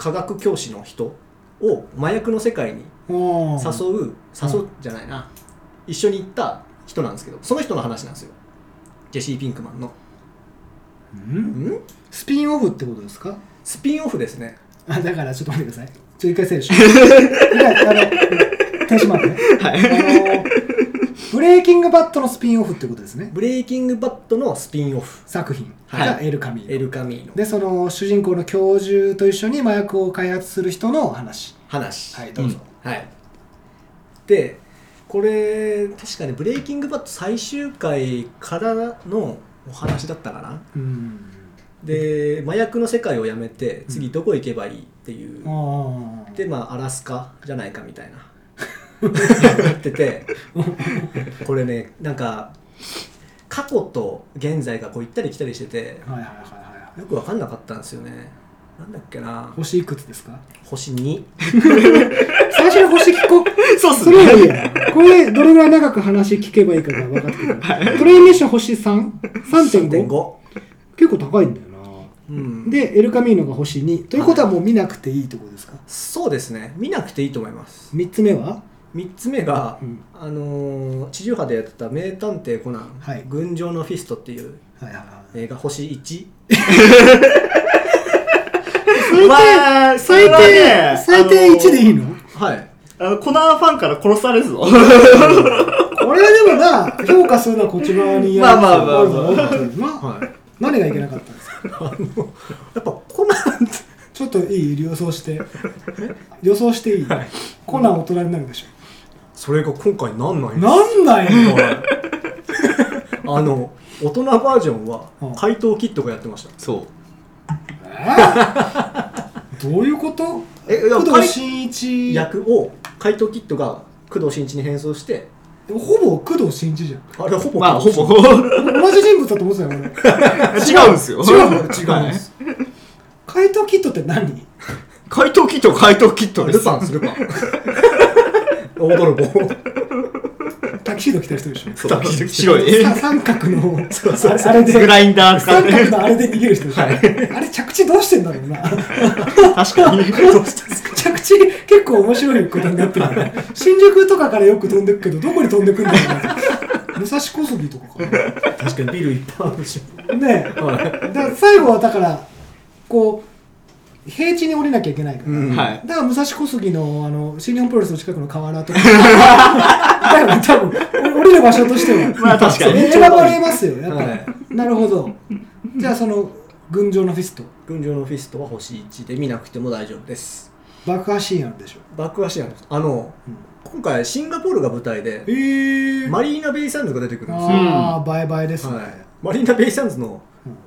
[SPEAKER 3] 科学教師の人を麻薬の世界に
[SPEAKER 1] おー
[SPEAKER 3] 誘う、誘うじゃないな、一緒に行った人なんですけどその人の話なんですよジェシー・ピンクマンの
[SPEAKER 1] うん
[SPEAKER 3] ん
[SPEAKER 1] スピンオフってことですか
[SPEAKER 3] スピンオフですね
[SPEAKER 1] あだからちょっと待ってくださいちょっと一回整理します 一回あの手締まってねあのブレイキングバットのスピンオフってことですね
[SPEAKER 3] ブレイキングバットのスピンオフ
[SPEAKER 1] 作品
[SPEAKER 3] はい
[SPEAKER 1] がエルカミーノ
[SPEAKER 3] エルカミーの
[SPEAKER 1] でその主人公の教授と一緒に麻薬を開発する人の話
[SPEAKER 3] 話
[SPEAKER 1] はいどうぞ、
[SPEAKER 3] はい、でこれ確かね「ブレイキングバット」最終回からのお話だったかな
[SPEAKER 1] うん
[SPEAKER 3] で麻薬の世界を辞めて次どこ行けばいいっていう、
[SPEAKER 1] ああ
[SPEAKER 3] でまあアラスカじゃないかみたい な言っててこれねなんか過去と現在がこう行ったり来たりしてて
[SPEAKER 1] はいはいはいはいはい
[SPEAKER 3] よく分かんなかったんですよねなんだっけな
[SPEAKER 1] 星いくつですか
[SPEAKER 3] 星2
[SPEAKER 1] 最初に星聞こ
[SPEAKER 2] そう っ
[SPEAKER 1] そ
[SPEAKER 2] す
[SPEAKER 1] れより
[SPEAKER 2] ね
[SPEAKER 1] これどれぐらい長く話聞けばいいかが分かってくる、トレインミッション星 3?3.5
[SPEAKER 3] 3.5
[SPEAKER 1] 結構高いんだよな
[SPEAKER 3] うん
[SPEAKER 1] でエルカミーノが星2ということはもう見なくていいってことですか
[SPEAKER 3] そうですね見なくていいと思います
[SPEAKER 1] 3つ目は
[SPEAKER 3] 3つ目が、
[SPEAKER 1] うん
[SPEAKER 3] あのー地上波でやってた「名探偵コナン、
[SPEAKER 1] はい
[SPEAKER 3] 群青のフィスト」っていう
[SPEAKER 1] はいはいはい
[SPEAKER 3] 映画星1
[SPEAKER 1] 最低、
[SPEAKER 2] ま
[SPEAKER 1] 最
[SPEAKER 2] あそれは
[SPEAKER 1] 低
[SPEAKER 2] ね
[SPEAKER 1] 最低1でいいの、
[SPEAKER 3] はい
[SPEAKER 2] あのコナンファンから殺される ぞ
[SPEAKER 1] これでもな評価するのはこっち側にやる
[SPEAKER 2] まあまあまあまあ
[SPEAKER 1] るだろうけどな
[SPEAKER 3] はい
[SPEAKER 1] 何がいけなかったんですか
[SPEAKER 3] やっぱコナンって
[SPEAKER 1] ちょっといい予想して予想していい、コナン大人になるでし
[SPEAKER 3] それが今回なんな
[SPEAKER 1] ょ
[SPEAKER 3] いんで
[SPEAKER 1] な
[SPEAKER 3] す
[SPEAKER 1] んないの
[SPEAKER 3] あの大人バージョンは
[SPEAKER 1] うん
[SPEAKER 3] 怪盗キッドがやってました
[SPEAKER 2] そう
[SPEAKER 1] どういうこと
[SPEAKER 2] えで
[SPEAKER 1] 工
[SPEAKER 2] も
[SPEAKER 1] 藤新一
[SPEAKER 3] 役を怪盗キッドが工藤新一に変装して
[SPEAKER 1] でもほぼ工藤新一じゃん
[SPEAKER 3] あれほぼ
[SPEAKER 2] まあほぼ
[SPEAKER 1] 同じ人物だと思ってたよ俺
[SPEAKER 2] 違うんですよ
[SPEAKER 1] 違うの違うんです怪盗キットって何
[SPEAKER 2] 怪盗キット怪盗キットです
[SPEAKER 3] ルパンですル パン大泥棒
[SPEAKER 1] タキシード着てる人でしょ
[SPEAKER 3] そう
[SPEAKER 2] 白い
[SPEAKER 1] さ三角の
[SPEAKER 3] そうそう
[SPEAKER 1] あれで
[SPEAKER 2] グラインダー使っ
[SPEAKER 1] 三
[SPEAKER 2] て
[SPEAKER 1] 角のあれで逃げる人でしょ、
[SPEAKER 3] はい
[SPEAKER 1] あれ着地どうしてんだろうな
[SPEAKER 2] 確か に
[SPEAKER 1] 着地結構面白いことになってるよね新宿とかからよく飛んでくけどどこに飛んでくんだろうな武蔵小杉とかか
[SPEAKER 3] 確かにビルいっぱいあるし
[SPEAKER 1] なねえ
[SPEAKER 3] はい
[SPEAKER 1] だから最後はだからこう平地に降りなきゃいけないから、
[SPEAKER 3] うん
[SPEAKER 2] はい
[SPEAKER 1] だから武蔵小杉のあの新日本プロレスの近くの河原とかだから多分降りる場所としては
[SPEAKER 2] まあ確かに
[SPEAKER 1] 選ばれますよやっぱり、
[SPEAKER 3] はい
[SPEAKER 1] なるほどじゃあその群青のフィスト
[SPEAKER 3] 群青のフィストは星1で見なくても大丈夫です
[SPEAKER 1] 爆破シーンあるでしょ
[SPEAKER 3] バックはシアンですあの、
[SPEAKER 1] うん
[SPEAKER 3] 今回シンガポールが舞台で
[SPEAKER 1] えー、
[SPEAKER 3] マリーナ・ベイ・サンズが出てくるんですよ
[SPEAKER 1] ああ、倍々ですね、
[SPEAKER 3] はい、マリーナ・ベイ・サンズの,、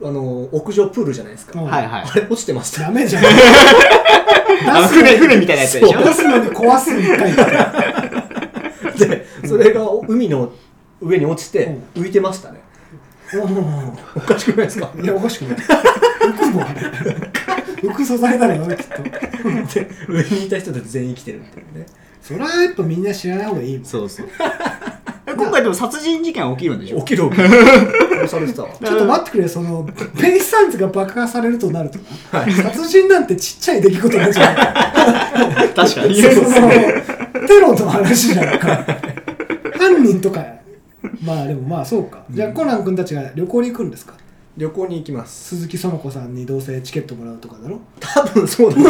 [SPEAKER 3] あの屋上プールじゃないですか、
[SPEAKER 1] うん
[SPEAKER 2] はいはい
[SPEAKER 3] あれ落ちてました
[SPEAKER 1] ダメじゃん
[SPEAKER 2] あの船船みたいなやつでしょ
[SPEAKER 1] 出すのに壊すみたいな
[SPEAKER 3] でそれが海の上に落ちて浮いてましたね、
[SPEAKER 1] う
[SPEAKER 3] おかしくないですか
[SPEAKER 1] んいやおかしくない浮くもんあれ浮く素材だろうなきっと
[SPEAKER 3] で上にいた人たち全員生きてるっ ていうね
[SPEAKER 1] それはやっぱみんな知らない方がいいもん
[SPEAKER 2] そうそう今回でも殺人事件起きるんでしょ
[SPEAKER 3] 起きる起きる殺されてたわ
[SPEAKER 1] ちょっと待ってくれよそのベイサンズが爆破されるとなるとな、
[SPEAKER 3] はい
[SPEAKER 1] 殺人なんてちっちゃい出来事なんじゃない
[SPEAKER 2] 確かに
[SPEAKER 1] その テロの話じゃん か犯人とかまあでもまあそうかじゃあコナン君たちが旅行に行くんですか
[SPEAKER 3] 旅行に行きます
[SPEAKER 1] 鈴木園子さんにどうせチケットもらうとかだろ
[SPEAKER 3] 多分そうだ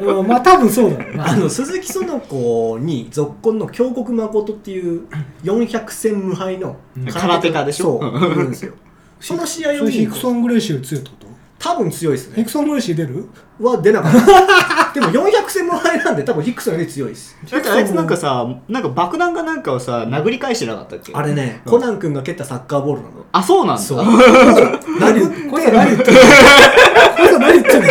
[SPEAKER 1] うんまあ多分そうだろうな
[SPEAKER 3] あの鈴木園子に続婚の京極誠っていう400戦無敗の
[SPEAKER 2] 空手家でしょ
[SPEAKER 3] そういるんですよその試合
[SPEAKER 1] そ
[SPEAKER 3] を
[SPEAKER 1] れ
[SPEAKER 3] 見に
[SPEAKER 1] ヒ
[SPEAKER 3] 行
[SPEAKER 1] ク
[SPEAKER 3] く
[SPEAKER 1] ソン・グレイシー強いってこと
[SPEAKER 3] 多分強いですね
[SPEAKER 1] ヒクソン・グレイシー出る
[SPEAKER 3] は出なかった。でも400戦無敗なんで多分ヒックスより強いです。
[SPEAKER 2] だってあいつなんかさなんか爆弾かなんかをさ殴り返してなかったっけ
[SPEAKER 3] あれね、コナン君が蹴ったサッカーボールなの。
[SPEAKER 2] あそうなん
[SPEAKER 3] そう。
[SPEAKER 2] だ
[SPEAKER 3] 何
[SPEAKER 1] こいつら何言ってんのこいつら何言ってんのこ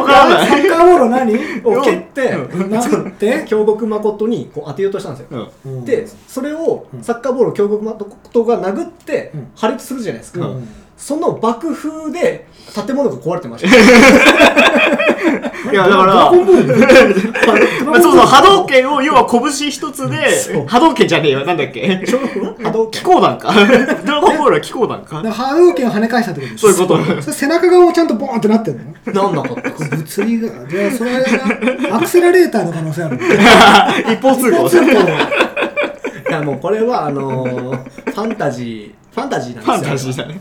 [SPEAKER 2] わかんない
[SPEAKER 1] サッカーボール何
[SPEAKER 3] を蹴って、
[SPEAKER 1] 殴って
[SPEAKER 3] 京極誠にこう当てようとしたんですよ。
[SPEAKER 2] うん
[SPEAKER 1] うん
[SPEAKER 3] で、それをサッカーボールを京極誠が殴って
[SPEAKER 1] うん
[SPEAKER 3] 破裂するじゃないです
[SPEAKER 1] う
[SPEAKER 3] か。
[SPEAKER 1] ん
[SPEAKER 3] その爆風で建物が壊れてました。
[SPEAKER 2] いやだから
[SPEAKER 1] ドラゴンボール
[SPEAKER 2] まあそうそう波動拳を要は拳一つ
[SPEAKER 3] そう
[SPEAKER 2] で波動拳じゃねえよなんだっけ
[SPEAKER 3] 京極は波動
[SPEAKER 2] 気
[SPEAKER 3] 拳。
[SPEAKER 2] 候弾かドラゴンボールは気候弾か
[SPEAKER 1] なんか波動拳を跳ね返したってこと
[SPEAKER 2] そういうこと
[SPEAKER 1] それ背中側もちゃんとボーンってなってんの
[SPEAKER 3] なんなかったです。
[SPEAKER 1] 物理がじゃあそれはアクセラレーターの可能性あるの
[SPEAKER 2] 一方通 行
[SPEAKER 1] ちょっと
[SPEAKER 3] いやもうこれはあのー、ファンタジー、ファンタジーなん
[SPEAKER 2] フ
[SPEAKER 3] ですよ。
[SPEAKER 2] ァンタジーだね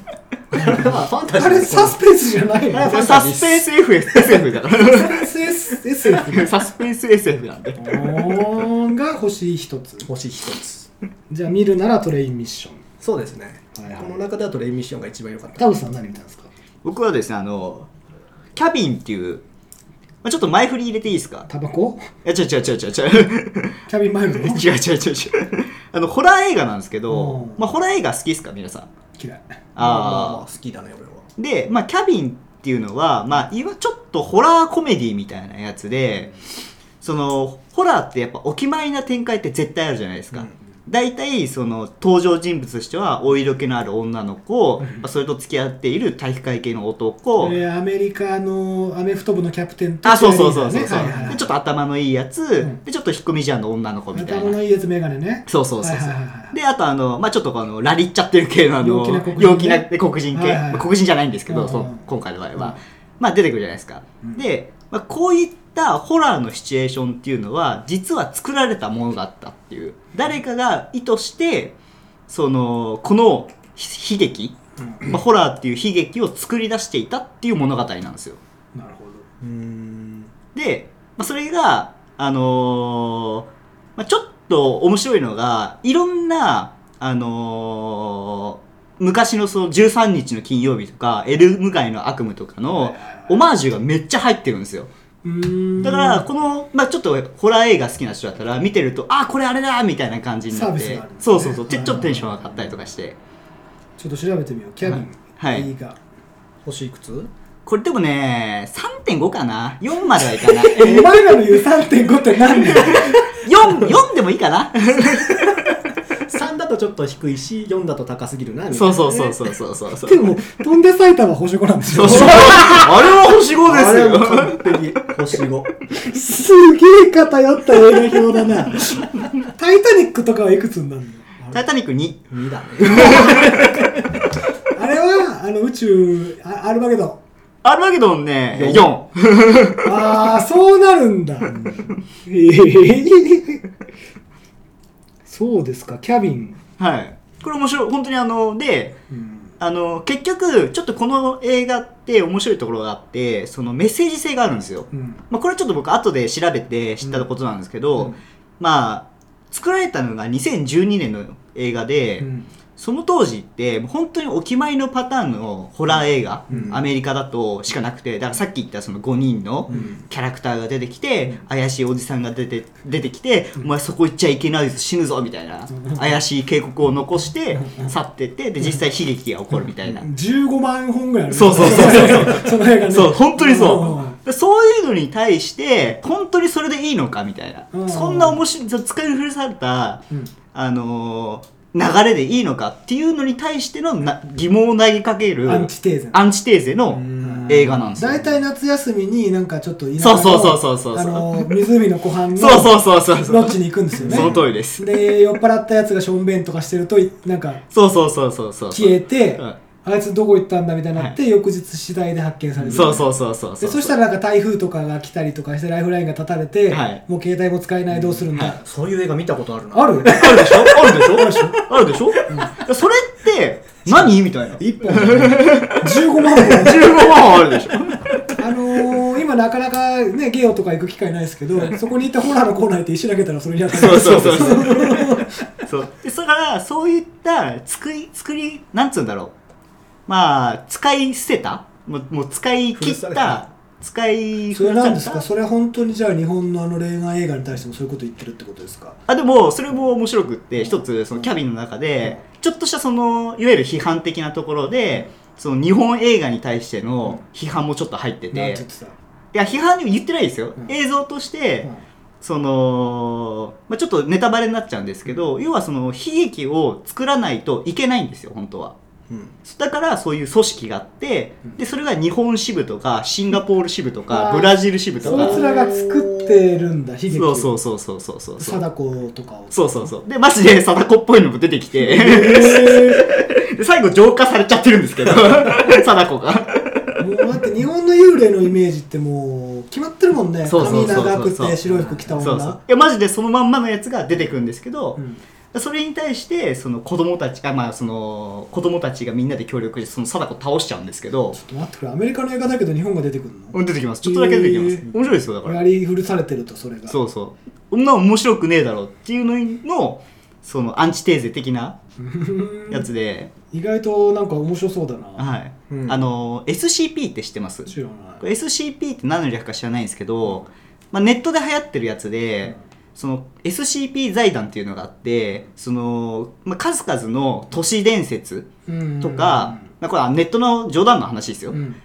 [SPEAKER 3] これはファンタジ
[SPEAKER 1] あ
[SPEAKER 3] ーで
[SPEAKER 1] れ
[SPEAKER 3] す。
[SPEAKER 1] サスペンスじゃないの
[SPEAKER 3] あれ
[SPEAKER 2] サスペンス FSF だから
[SPEAKER 1] サスペンス S- SF
[SPEAKER 2] サスペンス SF なんで
[SPEAKER 1] おーが星一つ
[SPEAKER 3] 星一つ
[SPEAKER 1] じゃあ見るならトレインミッション
[SPEAKER 3] そうですね、
[SPEAKER 1] はいはい
[SPEAKER 3] この中ではトレイミッションが一番良かった
[SPEAKER 1] 田淵さん何見たんですか
[SPEAKER 2] 僕はですねあのキャビンっていうまあちょっと前振り入れていいですか
[SPEAKER 1] タバコ
[SPEAKER 2] いや違う違う 違う違う違う
[SPEAKER 1] キャビンマイルド
[SPEAKER 2] 違う違う違う違うあのホラー映画なんですけ
[SPEAKER 1] う
[SPEAKER 2] ど
[SPEAKER 1] ん、
[SPEAKER 2] まあ、ホラー映画好きですか皆さん
[SPEAKER 1] 嫌い
[SPEAKER 3] まあまあまあ
[SPEAKER 2] あ
[SPEAKER 3] 好きだね俺は
[SPEAKER 2] あで、まあ、キャビンっていうのは、まあ、いわちょっとホラーコメディみたいなやつでそのホラーってやっぱお決まりな展開って絶対あるじゃないですか、
[SPEAKER 3] うん
[SPEAKER 2] 大体その登場人物としてはお色気のある女の子、まあそれと付き合っている体育会系の男、
[SPEAKER 1] えーアメリカのアメフト部のキャプテンと
[SPEAKER 2] あそうそうそうそう
[SPEAKER 1] ね
[SPEAKER 2] そう、
[SPEAKER 1] はいはいはい
[SPEAKER 2] でちょっと頭のいいやつ、
[SPEAKER 1] ん
[SPEAKER 2] でちょっと引っ込みじゃんの女の子みたい
[SPEAKER 1] 頭
[SPEAKER 2] な
[SPEAKER 1] のいいやつメガネね
[SPEAKER 2] そうそうそうそう、
[SPEAKER 1] はいはいはいはい
[SPEAKER 2] であとあの、まあ、ちょっとこのラリっちゃってる系のあの
[SPEAKER 1] 陽気な黒人ね
[SPEAKER 2] 陽気な黒人系、
[SPEAKER 1] はいはい
[SPEAKER 2] まあ黒人じゃないんですけ
[SPEAKER 1] う
[SPEAKER 2] ど、
[SPEAKER 1] んうん
[SPEAKER 2] その今回の場合は、
[SPEAKER 1] うん
[SPEAKER 2] まあ出てくるじゃないですか、
[SPEAKER 1] うん
[SPEAKER 2] で、まあ、こういったホラーのシチュエーションっていうのは実は作られたものだったっていう誰かが意図してそのこのひ悲劇、まあ、ホラーっていう悲劇を作り出していたっていう物語なんですよ
[SPEAKER 1] なるほど
[SPEAKER 3] うーん
[SPEAKER 2] で、まあ、それが、あのーまあ、ちょっと面白いのが、いろんな、あのー昔のその13日の金曜日とか、エルム街の悪夢とか
[SPEAKER 1] はい
[SPEAKER 2] の
[SPEAKER 1] はいはい
[SPEAKER 2] オマージュがめっちゃ入ってるんですよ。
[SPEAKER 1] うーん
[SPEAKER 2] だから、この、まあ、ちょっとホラー映画好きな人だったら、見てると、あ、これあれだみたいな感じになって、
[SPEAKER 1] サービスがあるんですね
[SPEAKER 2] そうそうそう、ちょちょっとテンション上がったりとかして。
[SPEAKER 1] ちょっと調べてみようキャビン、
[SPEAKER 2] はい
[SPEAKER 1] 映画
[SPEAKER 3] 星いくつ
[SPEAKER 2] これでもね、3.5かな ?4 まではいかない。
[SPEAKER 1] えお前らの言う3.5って何だよ
[SPEAKER 2] 4、4でもいい かな
[SPEAKER 3] 3だとちょっと低いし4だと高すぎるなみたいな
[SPEAKER 2] そうそうそうそうそうそうそう。
[SPEAKER 1] でも飛んで埼玉保守5なんです
[SPEAKER 2] そう
[SPEAKER 1] よ
[SPEAKER 2] そう あれは星
[SPEAKER 3] あれはもう
[SPEAKER 2] 5
[SPEAKER 3] 完璧星5
[SPEAKER 1] すげえ偏った映画表だな「タイタニック」とかはいくつになるの
[SPEAKER 2] タイタニック2。
[SPEAKER 3] 2だね
[SPEAKER 1] あれはあの宇宙あアルマゲドン
[SPEAKER 2] アルマゲドンね、4。
[SPEAKER 1] ああそうなるんだえーそうですかキャビン、
[SPEAKER 2] はい。これ面白い。本当にあの、で、
[SPEAKER 1] うん
[SPEAKER 2] あの、結局、ちょっとこの映画って面白いところがあって、そのメッセージ性があるんですよ。
[SPEAKER 1] うん
[SPEAKER 2] まあ、これちょっと僕後で調べて知ったことなんですけど、
[SPEAKER 1] うん
[SPEAKER 2] まあ、作られたのが2012年の映画で、
[SPEAKER 1] うん
[SPEAKER 2] その当時って本当にお決まりのパターンのホラー映画、
[SPEAKER 1] うん
[SPEAKER 2] アメリカだとしかなくてだからさっき言ったその5人の
[SPEAKER 1] うん
[SPEAKER 2] キャラクターが出てきて、怪しいおじさんが出て出てきて、お前そこ行っちゃいけないぞ死ぬぞみたいな、
[SPEAKER 1] うん
[SPEAKER 2] 怪しい警告を残して去ってってで実際悲劇が起こるみたいな、
[SPEAKER 1] 15万本ぐらいある
[SPEAKER 2] そうそうそうそ う
[SPEAKER 1] そうその映画ね
[SPEAKER 2] そう本当に
[SPEAKER 1] ん
[SPEAKER 2] そう、でそういうのに対して本当にそれでいいのかみたいな、
[SPEAKER 1] うん
[SPEAKER 2] そんな面白い使い古された
[SPEAKER 1] うん
[SPEAKER 2] あのー流れでいいのかっていうのに対してのな疑問を投げかける
[SPEAKER 1] アンチテーゼ
[SPEAKER 2] アンチテーゼの
[SPEAKER 3] ん
[SPEAKER 2] 映画なんですよ。
[SPEAKER 1] 大体夏休みになんかちょっと田舎の
[SPEAKER 2] そうそうそうそうそう
[SPEAKER 1] あの湖の湖畔の
[SPEAKER 2] そうそうそうそうそ
[SPEAKER 1] ロッ
[SPEAKER 2] う。
[SPEAKER 1] チに行くんですよね
[SPEAKER 2] その通りです。
[SPEAKER 1] で酔っ払ったやつがしょんべんとかしてるといなんか
[SPEAKER 2] そうそうそうそうそう。
[SPEAKER 1] 消えて、
[SPEAKER 2] うん
[SPEAKER 1] あいつどこ行ったんだみたいになって、翌日次第で発見される
[SPEAKER 2] そうそうそうそう
[SPEAKER 1] で
[SPEAKER 2] そう。
[SPEAKER 1] そしたらなんか台風とかが来たりとかしてライフラインが断たれて、
[SPEAKER 2] はい
[SPEAKER 1] もう携帯も使えないどうするんだ、
[SPEAKER 2] は
[SPEAKER 3] そういう映画見たことあるな
[SPEAKER 1] ある
[SPEAKER 2] あるでしょあるでしょあるでしょあるでしょ、それって何みたいな。
[SPEAKER 1] 一本15万本
[SPEAKER 2] 15万あるでしょ
[SPEAKER 1] あのー、今なかなかねゲオとか行く機会ないですけどそこに行ったホラーのコーナー行って石投げたらそれに当たる
[SPEAKER 2] そうそうそうそう。そう。で、それから、そういった、作り、作り、なんつうんだろう。まあ、使い捨てたもう、もう使い切っ
[SPEAKER 3] 古され
[SPEAKER 2] た、使い
[SPEAKER 1] それ
[SPEAKER 2] 古
[SPEAKER 1] な
[SPEAKER 2] され
[SPEAKER 1] んで
[SPEAKER 2] た
[SPEAKER 1] すかそれは本当にじゃあ日本のあの恋愛映画に対してもそういうこと言ってるってことですか
[SPEAKER 2] あ、でも、それも面白くって、一つ、そのキャビンの中で、ちょっとしたその、いわゆる批判的なところで、その日本映画に対しての批判もちょっと入って
[SPEAKER 1] な
[SPEAKER 2] て
[SPEAKER 1] んて言っ、てた、
[SPEAKER 2] いや、批判にも言ってないですよ
[SPEAKER 1] う。ん
[SPEAKER 2] 映像として
[SPEAKER 1] う、ん
[SPEAKER 2] その、まあ、ちょっとネタバレになっちゃうんですけど、要はその悲劇を作らないといけないんですよ、本当は。
[SPEAKER 3] うん
[SPEAKER 2] だからそういう組織があって、で、それが日本支部とか、シンガポール支部とか、
[SPEAKER 1] あー
[SPEAKER 2] ブラジル支部と
[SPEAKER 1] そ
[SPEAKER 2] か
[SPEAKER 1] いつ、らが作ってるんだ悲劇
[SPEAKER 2] そうそううそうそうそうそうそう。
[SPEAKER 1] 貞子とかを
[SPEAKER 2] そうそうそう。で、マジで貞子っぽいのも出てきて、
[SPEAKER 1] え
[SPEAKER 2] で最後浄化されちゃってるんで すけど、貞子が。
[SPEAKER 1] ーもうだって日本の幽霊のイメージってもう決まってるもんね
[SPEAKER 2] そうそう
[SPEAKER 1] 髪
[SPEAKER 2] そうそう
[SPEAKER 1] 長くて白い服着た女
[SPEAKER 2] そうそう。いや、マジでそのまんまのやつが出てくるんですけど、
[SPEAKER 1] うん
[SPEAKER 2] それに対してその子供たちあまあその子供たちがみんなで協力してその貞子倒しちゃうんですけど
[SPEAKER 1] ちょっと待ってくれアメリカの映画だけど日本が出てくるの
[SPEAKER 2] 出てきますちょっとだけ出てきます、
[SPEAKER 1] へー
[SPEAKER 2] 面白いですよだか
[SPEAKER 1] や
[SPEAKER 2] ら
[SPEAKER 1] り古されてるとそれが
[SPEAKER 2] そうそう女は面白くねえだろっていうののそのアンチテーゼ的な
[SPEAKER 1] うん
[SPEAKER 2] やつで、
[SPEAKER 1] 意外となんか面白そうだな
[SPEAKER 2] はい、
[SPEAKER 3] うん
[SPEAKER 2] あの SCP って知ってます
[SPEAKER 1] 知ら
[SPEAKER 2] こ
[SPEAKER 1] ない
[SPEAKER 2] れ SCP って何の略か知らないんですけど、まあ、ネットで流行ってるやつで、その SCP 財団っていうのがあってその、まあ、数々の都市伝説
[SPEAKER 1] うん
[SPEAKER 2] とか、まあ、これはネットの冗談の話です
[SPEAKER 1] う
[SPEAKER 2] よ、
[SPEAKER 1] ん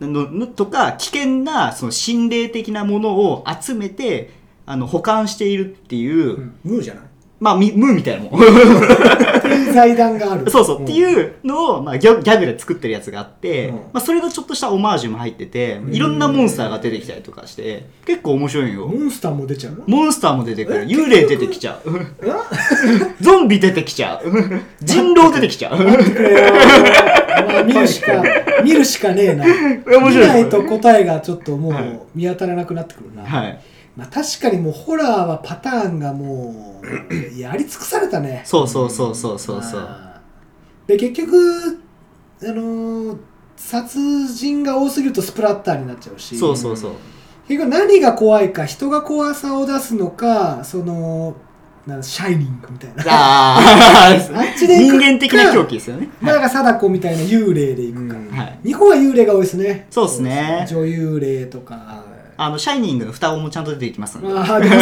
[SPEAKER 2] ののとか危険なその心霊的なものを集めてあの保管しているってい
[SPEAKER 1] う
[SPEAKER 2] う、
[SPEAKER 1] ん
[SPEAKER 3] ムーじゃない
[SPEAKER 2] まあみムーみたいなもん
[SPEAKER 1] っていう財団がある
[SPEAKER 2] そうそう、って
[SPEAKER 1] う
[SPEAKER 2] いうのを、まあ、ギャギャグで作ってるやつがあって、
[SPEAKER 3] うん
[SPEAKER 2] まあ、それのちょっとしたオマージュも入ってていろんなモンスターが出てきたりとかして結構面白いよ
[SPEAKER 1] モンスターも出ちゃうの
[SPEAKER 2] モンスターも出てくる
[SPEAKER 3] え
[SPEAKER 2] 幽霊出てきちゃうゾンビ出てきちゃう人狼出てきちゃう
[SPEAKER 1] これはまあ見るしか見るしかねえな
[SPEAKER 2] 面
[SPEAKER 1] 見
[SPEAKER 2] 白い
[SPEAKER 1] ないと答えがちょっとも
[SPEAKER 2] はいう
[SPEAKER 1] 見当たらなくなってくるな、
[SPEAKER 2] はい
[SPEAKER 1] まあ、確かにもうホラーはパターンがもうやり尽くされたね
[SPEAKER 2] そうそうそうそうそうそう
[SPEAKER 1] まあで結局あのー殺人が多すぎるとスプラッターになっちゃうし
[SPEAKER 2] そうそうそう
[SPEAKER 1] 結局何が怖いか人が怖さを出すのかそのなんシャイニングみたいな
[SPEAKER 2] ああ
[SPEAKER 1] あっちで行く
[SPEAKER 2] 人
[SPEAKER 1] か
[SPEAKER 2] 間的な狂気ですよね。
[SPEAKER 1] まあだから貞子みたいな幽霊で行くか、
[SPEAKER 3] うん
[SPEAKER 2] はい。
[SPEAKER 1] 日本は幽霊が多いですね
[SPEAKER 2] そうですね。
[SPEAKER 1] 女優霊とか
[SPEAKER 2] あの、シャイニングの双子もちゃんと出てきますんで。
[SPEAKER 1] まあでも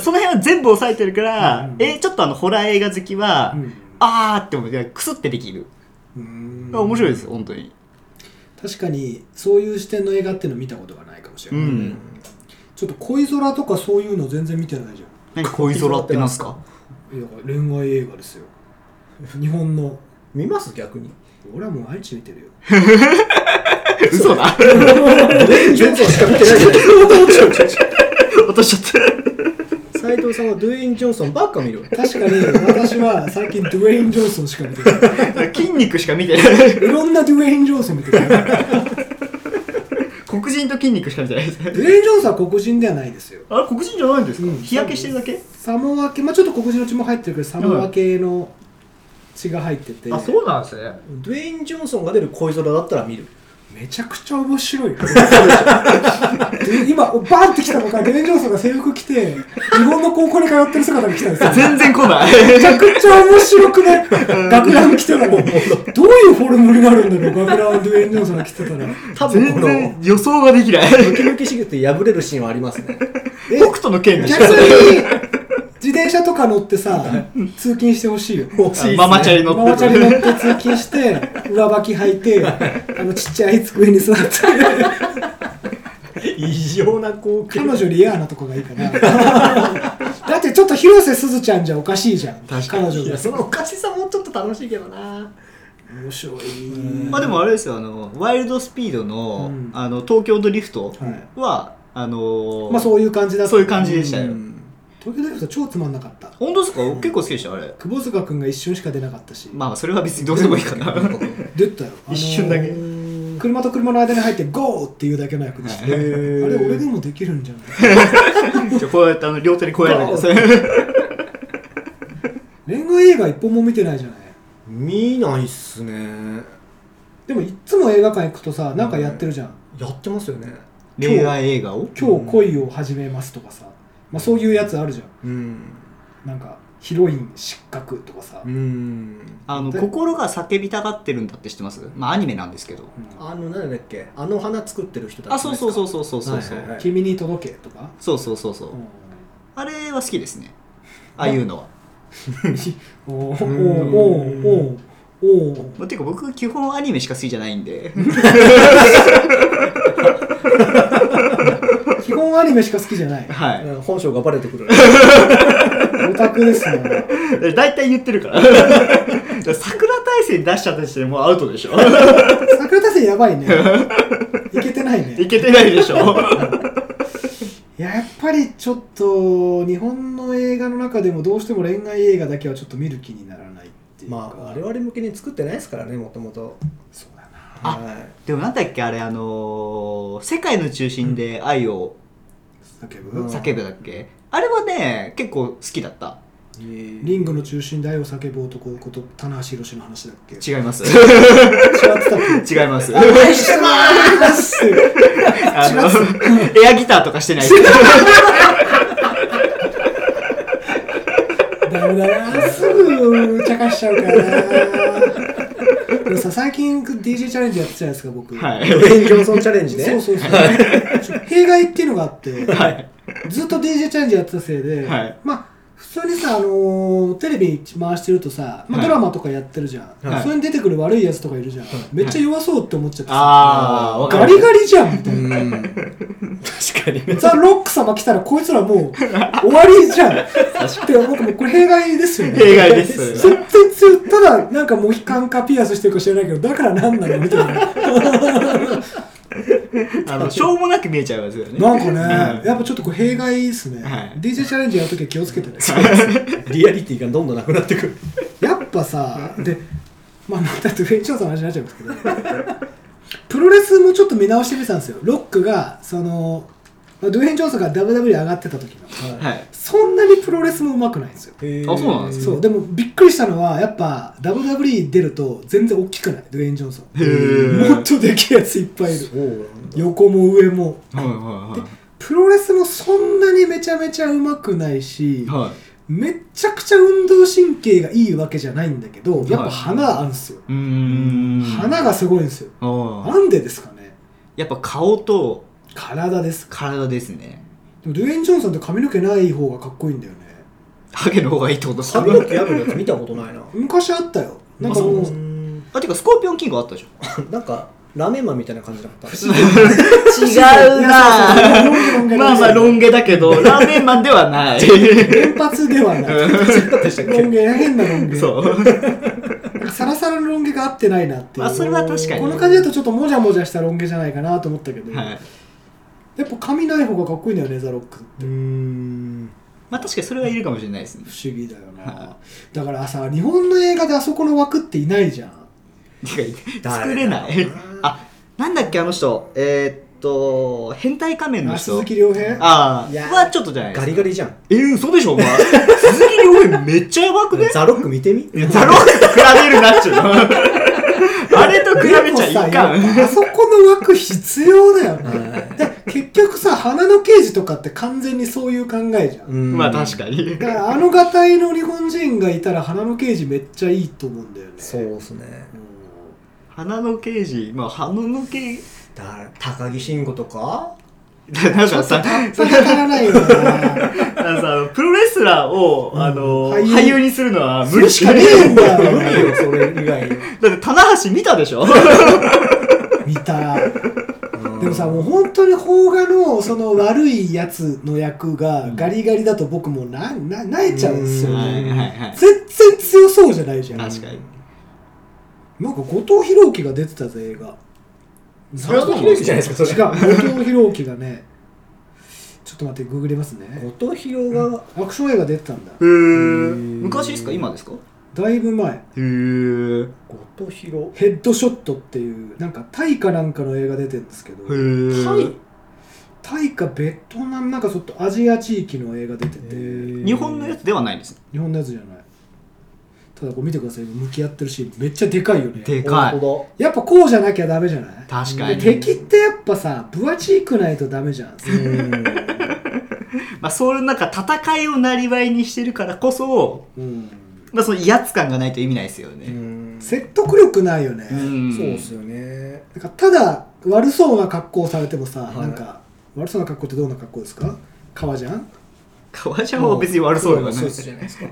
[SPEAKER 2] その辺は全部押さえてるから、
[SPEAKER 1] うん
[SPEAKER 2] え、ちょっとあの、ホラー映画好きは、
[SPEAKER 1] うん
[SPEAKER 2] あーって思って、くすってできる。
[SPEAKER 1] うん
[SPEAKER 2] 面白いですよ、本当に。
[SPEAKER 1] 確かにそういう視点の映画っていうの見たことがないかもしれ
[SPEAKER 2] う
[SPEAKER 1] ない、
[SPEAKER 2] ん
[SPEAKER 1] ちょっと恋空とかそういうの全然見てないじゃん
[SPEAKER 2] 何恋空ってなんすか
[SPEAKER 1] いや恋愛映画ですよ日本の
[SPEAKER 3] 見ます逆に
[SPEAKER 1] 俺はもう愛知見てるよ
[SPEAKER 2] 嘘だ
[SPEAKER 3] 全然しか見てないじゃないですか
[SPEAKER 2] 落としちゃっ
[SPEAKER 3] 斎藤さんはドゥエイン・ジョンソンばっか見るわ
[SPEAKER 1] 確かに私は最近ドゥエイン・ジョンソンしか見てない
[SPEAKER 2] た筋肉しか見てない
[SPEAKER 1] いろんなドゥエイン・ジョンソン見てるドゥ
[SPEAKER 2] 黒人と筋肉しか見てないです
[SPEAKER 1] エイン・ジョンソンは黒人ではないですよ
[SPEAKER 2] あれ黒人じゃないんですか、
[SPEAKER 1] うん
[SPEAKER 2] 日焼けしてるだけ
[SPEAKER 1] サモア系、まあ、ちょっと黒人の血も入ってるけどサモア系の血が入ってて、
[SPEAKER 2] うなんですね
[SPEAKER 3] ドゥエイン・ジョンソンが出る恋空だったら見る
[SPEAKER 1] めちゃくちゃ面白いよ 今バンって来たのがドゥエイン・ジョンソンが制服着て日本の高校に通ってる姿が来たんですよ
[SPEAKER 2] 全然来 ない
[SPEAKER 1] めちゃくちゃ面白くね学ラン着てたらどういうフォルムになるんだろう学ランドゥエイン・ジョンソンが着てたら
[SPEAKER 3] 多分
[SPEAKER 2] 全
[SPEAKER 3] この
[SPEAKER 2] 然予想ができない
[SPEAKER 3] ムキムキしぐて破れるシーンはありますね
[SPEAKER 2] 北斗の剣でし
[SPEAKER 1] 逆に
[SPEAKER 2] か
[SPEAKER 1] 自転車とか乗ってさ通勤してほしいよ
[SPEAKER 2] ママチャリ乗って
[SPEAKER 1] ママチャリ乗って通勤して裏履き履いてあのちっちゃい机に座って
[SPEAKER 3] 異常な光景
[SPEAKER 1] 彼女リアーナとかがいいかなだってちょっと広瀬すずちゃんじゃおかしいじゃん
[SPEAKER 2] 確か
[SPEAKER 1] 彼
[SPEAKER 2] に
[SPEAKER 1] 女
[SPEAKER 3] いや
[SPEAKER 1] が
[SPEAKER 3] そのおかしさもちょっと楽しいけどな
[SPEAKER 1] 面白い
[SPEAKER 2] まあでもあれですよあのワイルドスピードの,、
[SPEAKER 1] うん
[SPEAKER 2] あの東京ドリフト
[SPEAKER 1] はい
[SPEAKER 2] は、あのー
[SPEAKER 1] まあそういう感じだった
[SPEAKER 2] そういう感じでしたよ
[SPEAKER 1] 東京ドリフト超つまんなかった
[SPEAKER 2] 本当ですか、結構好きでしたあれ
[SPEAKER 1] 窪塚君が一瞬しか出なかったし、
[SPEAKER 2] まあそれは別にどうでもいいかな
[SPEAKER 1] 出たよ、あのー
[SPEAKER 2] 一瞬だけ
[SPEAKER 1] 車と車の間に入ってゴーっていうだけの役でしたあれ俺でもできるんじゃない
[SPEAKER 2] じゃあこうやってあの両手でこうやるんです
[SPEAKER 1] 恋愛映画一本も見てないじゃない
[SPEAKER 3] 見ないっすね
[SPEAKER 1] でもいっつも映画館行くとさなんかやってるじゃん
[SPEAKER 3] やってますよね
[SPEAKER 2] 恋愛映画を
[SPEAKER 1] 「今日恋を始めます」とかさ、まあ、そういうやつあるじゃん
[SPEAKER 3] うん
[SPEAKER 1] なんかヒロイン失格とかさ、
[SPEAKER 3] うん
[SPEAKER 2] あの
[SPEAKER 1] で
[SPEAKER 2] 心が叫びたがってるんだって知ってますまあアニメなんですけど
[SPEAKER 1] うん
[SPEAKER 3] あのなんだっけあの花作ってる人だ
[SPEAKER 2] あそうそうそううそうそうそうそう、
[SPEAKER 3] はいはいはい
[SPEAKER 1] 君に届けとか、
[SPEAKER 2] そうそうそうそう、
[SPEAKER 1] う
[SPEAKER 2] あれは好きですねああいうのは、
[SPEAKER 1] ん、おおお
[SPEAKER 3] ん
[SPEAKER 1] おおお
[SPEAKER 2] まあ、ていうか僕基本アニメしか好きじゃないんで
[SPEAKER 1] 基本アニメしか好きじゃない
[SPEAKER 2] はい
[SPEAKER 3] 本性がバレてく る
[SPEAKER 1] オタクですね
[SPEAKER 2] 大体言ってる から桜大戦出しちゃった時点でもうアウトでしょ
[SPEAKER 1] 桜田線やばいねいけてないね
[SPEAKER 2] いけてないでしょ
[SPEAKER 1] いややっぱりちょっと日本の映画の中でもどうしても恋愛映画だけはちょっと見る気にならないっていうか
[SPEAKER 3] まあ我々向けに作ってないですからねもともと
[SPEAKER 1] そうだな
[SPEAKER 2] あ
[SPEAKER 3] はい
[SPEAKER 2] でもなんだっけあれあのー世界の中心で愛を
[SPEAKER 1] 叫ぶ
[SPEAKER 3] うん
[SPEAKER 2] 叫ぶだっけ、あれはね結構好きだった
[SPEAKER 1] リングの中心で愛を叫ぶ男こと棚橋宏の話だっけ違
[SPEAKER 2] 違います
[SPEAKER 1] ってたっけ
[SPEAKER 2] 違います
[SPEAKER 1] 愛してます
[SPEAKER 2] あ のエアギターとかして ないです
[SPEAKER 1] ダメだなすぐ茶化しちゃうからなでも さ最近 DJ チャレンジやってたじゃないですか僕
[SPEAKER 2] は
[SPEAKER 3] ド
[SPEAKER 2] い
[SPEAKER 3] ゥエイン・ジョンソンチャレンジね
[SPEAKER 1] そうそうそう弊害っていうのがあって、
[SPEAKER 2] はい
[SPEAKER 1] ずっと DJ チャレンジやってたせいで、
[SPEAKER 2] はい
[SPEAKER 1] まあ普通にさ、あのーテレビ回してるとさ、まあ、
[SPEAKER 2] はい
[SPEAKER 1] ドラマとかやってるじゃん、
[SPEAKER 2] はい
[SPEAKER 1] それに出てくる悪いやつとかいるじゃん、めっちゃ弱そうって思っちゃってさ、
[SPEAKER 2] あーわか
[SPEAKER 1] ガ
[SPEAKER 2] る
[SPEAKER 1] リガリじゃんみたいな、
[SPEAKER 3] うん確かにね
[SPEAKER 1] ザ・ロック様来たらこいつらもう終わりじゃんって僕もうこれ弊害ですよね
[SPEAKER 2] 弊害です
[SPEAKER 1] 絶対強いただなんかモヒカンかピアスしてるか知らないけどだからなんなのみた いな
[SPEAKER 2] あのしょうもなく見えちゃいますよね
[SPEAKER 1] なんかね、やっぱちょっとこれ弊害ですね、
[SPEAKER 2] はい
[SPEAKER 1] DJ チャレンジやるときは気をつけてね
[SPEAKER 3] リアリティがどんどんなくなってくる
[SPEAKER 1] やっぱさでまあまたドゥエイン・ジョンソンの話になっちゃうんですけどプロレスもちょっと見直してみたんですよロックがそのまあドゥエイン・ジョンソンが WW 上がってた時の
[SPEAKER 2] はい
[SPEAKER 1] そんなにプロレスも上手くないんですよ
[SPEAKER 3] へー
[SPEAKER 2] あそうなんです
[SPEAKER 1] そうでもびっくりしたのはやっぱ WWE 出ると全然大きくないドゥエイン・ジョンソ
[SPEAKER 2] へー
[SPEAKER 1] ンもっとでけえやついっぱいいる
[SPEAKER 3] そうなんだ
[SPEAKER 1] 横も上も
[SPEAKER 2] はいは
[SPEAKER 1] プロレスもそんなにめちゃめちゃ上手くないし
[SPEAKER 2] いはいはい
[SPEAKER 1] めっちゃくちゃ運動神経がいいわけじゃないんだけどやっぱ
[SPEAKER 2] はい
[SPEAKER 1] 花あるんですよ
[SPEAKER 2] うーん
[SPEAKER 1] 花がすごいんですよ。
[SPEAKER 2] あ
[SPEAKER 1] なんでですかね
[SPEAKER 2] やっぱ顔と
[SPEAKER 1] 体です。
[SPEAKER 2] 体ですね
[SPEAKER 1] でも、ドゥエイン・ジョンソンって髪の毛ない方がかっこいいんだよね。
[SPEAKER 2] ハゲの方がいいってことですか
[SPEAKER 3] 髪の毛あるやつ見たことないな
[SPEAKER 1] 昔あったよ。なんかも
[SPEAKER 2] あ
[SPEAKER 1] う
[SPEAKER 2] そ、あてかスコーピオンキングあったでしょ
[SPEAKER 3] なんかラーメンマンみたいな感じだった
[SPEAKER 2] 違うな
[SPEAKER 1] い
[SPEAKER 2] ぁ
[SPEAKER 1] やそうそうロン毛ロン毛ロン毛
[SPEAKER 2] まあまあロン毛だけどラーメンマンではない
[SPEAKER 1] 連発で はないロン毛変なロン毛
[SPEAKER 2] そう
[SPEAKER 1] サラサラのロン毛が合ってないなっていう、
[SPEAKER 2] まあそれは確かに
[SPEAKER 1] この感じだとちょっともじゃもじゃしたロン毛じゃないかなと思ったけど、
[SPEAKER 2] はい
[SPEAKER 1] やっぱ髪ない方がかっこいいんだよねザロックって
[SPEAKER 3] うーん
[SPEAKER 2] まあ確かにそれはいるかもしれないですね
[SPEAKER 1] 不思議だよな、
[SPEAKER 2] は
[SPEAKER 1] だからさ日本の映画であそこの枠っていないじゃん
[SPEAKER 2] て か作
[SPEAKER 3] 誰
[SPEAKER 2] れ
[SPEAKER 3] だろ
[SPEAKER 2] な
[SPEAKER 3] うない
[SPEAKER 2] あなんだっけあの人えーっと変態仮面の
[SPEAKER 1] あ
[SPEAKER 2] 人
[SPEAKER 1] 鈴木亮平
[SPEAKER 2] あ
[SPEAKER 1] いや
[SPEAKER 2] あはちょっとじゃないです
[SPEAKER 3] ガ
[SPEAKER 2] か
[SPEAKER 3] リガリじゃん
[SPEAKER 2] えー、嘘でしょお前鈴木亮平めっちゃやばくね
[SPEAKER 3] ザロック見て み
[SPEAKER 2] いやザローと比べるなっちゅうのあれと比べちゃいか
[SPEAKER 1] でもさ
[SPEAKER 2] ん
[SPEAKER 1] やっぱあそこの枠必要だよね
[SPEAKER 3] は
[SPEAKER 1] だから結局さ花の刑事とかって完全にそういう考えじゃん、
[SPEAKER 3] い
[SPEAKER 2] まあ確か
[SPEAKER 3] に
[SPEAKER 2] に
[SPEAKER 1] だからあのがたいの日本人がいたら花の刑事めっちゃいいと思うんだよね
[SPEAKER 3] そうですね
[SPEAKER 1] う
[SPEAKER 2] 花の刑事まあ花の刑事
[SPEAKER 3] だ高木慎吾とか
[SPEAKER 2] なんかさ
[SPEAKER 1] んそれ足らないよな
[SPEAKER 2] なんかさあのプロレスラーを、あの
[SPEAKER 1] 俳
[SPEAKER 2] 俳
[SPEAKER 1] 優
[SPEAKER 2] 優にするのは無
[SPEAKER 1] 無理
[SPEAKER 2] 理し
[SPEAKER 1] しか
[SPEAKER 2] かね
[SPEAKER 1] ね
[SPEAKER 2] え
[SPEAKER 1] えんだ
[SPEAKER 3] 無理
[SPEAKER 1] よ
[SPEAKER 3] よそれ以外
[SPEAKER 2] だって棚橋見たでしょ
[SPEAKER 1] 見たでもさもう本当に邦画のその悪いやつの役がガリガリだと僕もなな泣いちゃうんですよ
[SPEAKER 3] うん
[SPEAKER 2] はい
[SPEAKER 1] ね
[SPEAKER 2] はい はい
[SPEAKER 1] 全然強そうじゃないじゃんなんか
[SPEAKER 2] 確かに
[SPEAKER 1] 後藤弘樹が出てたぜ映画
[SPEAKER 3] それはもう広いじゃないですか
[SPEAKER 1] 違う
[SPEAKER 3] それ
[SPEAKER 1] 後藤弘樹がねちょっと待ってググれますね
[SPEAKER 3] 後藤博が
[SPEAKER 1] アクション映画出てたんだ
[SPEAKER 2] へえ
[SPEAKER 3] ん
[SPEAKER 2] 昔ですか今ですかへ
[SPEAKER 1] だいぶ前
[SPEAKER 2] え
[SPEAKER 3] 後藤博
[SPEAKER 1] ヘッドショットっていうなんかタイかなんかの映画出てるんですけど
[SPEAKER 2] へえ
[SPEAKER 1] タイかベトナムなんかちょっとアジア地域の映画出てて
[SPEAKER 2] 日本のやつではないです
[SPEAKER 1] 日本のやつじゃないただこう見てください今向き合ってるシーンめっちゃでかいよね
[SPEAKER 2] でかい
[SPEAKER 3] 本
[SPEAKER 1] やっぱこうじゃなきゃダメじゃない
[SPEAKER 2] 確か
[SPEAKER 1] で
[SPEAKER 2] に、
[SPEAKER 1] 敵ってやっぱさ分厚くないとダメじゃん
[SPEAKER 3] 当だうん
[SPEAKER 2] まあ、そういうなんか戦いをなりわいにしてるからこそ、
[SPEAKER 1] うん
[SPEAKER 2] まあ、その威圧感がないと意味ないですよね、
[SPEAKER 3] せ
[SPEAKER 1] 説得力ないよね、
[SPEAKER 2] うん
[SPEAKER 3] そうっすよね
[SPEAKER 1] なんかただ悪そうな格好をされてもさ、
[SPEAKER 3] はい
[SPEAKER 1] なんか悪そうな格好ってどんな格好ですか革じゃん
[SPEAKER 2] 革ジャンは別に悪そうではない
[SPEAKER 3] スーツじゃないですか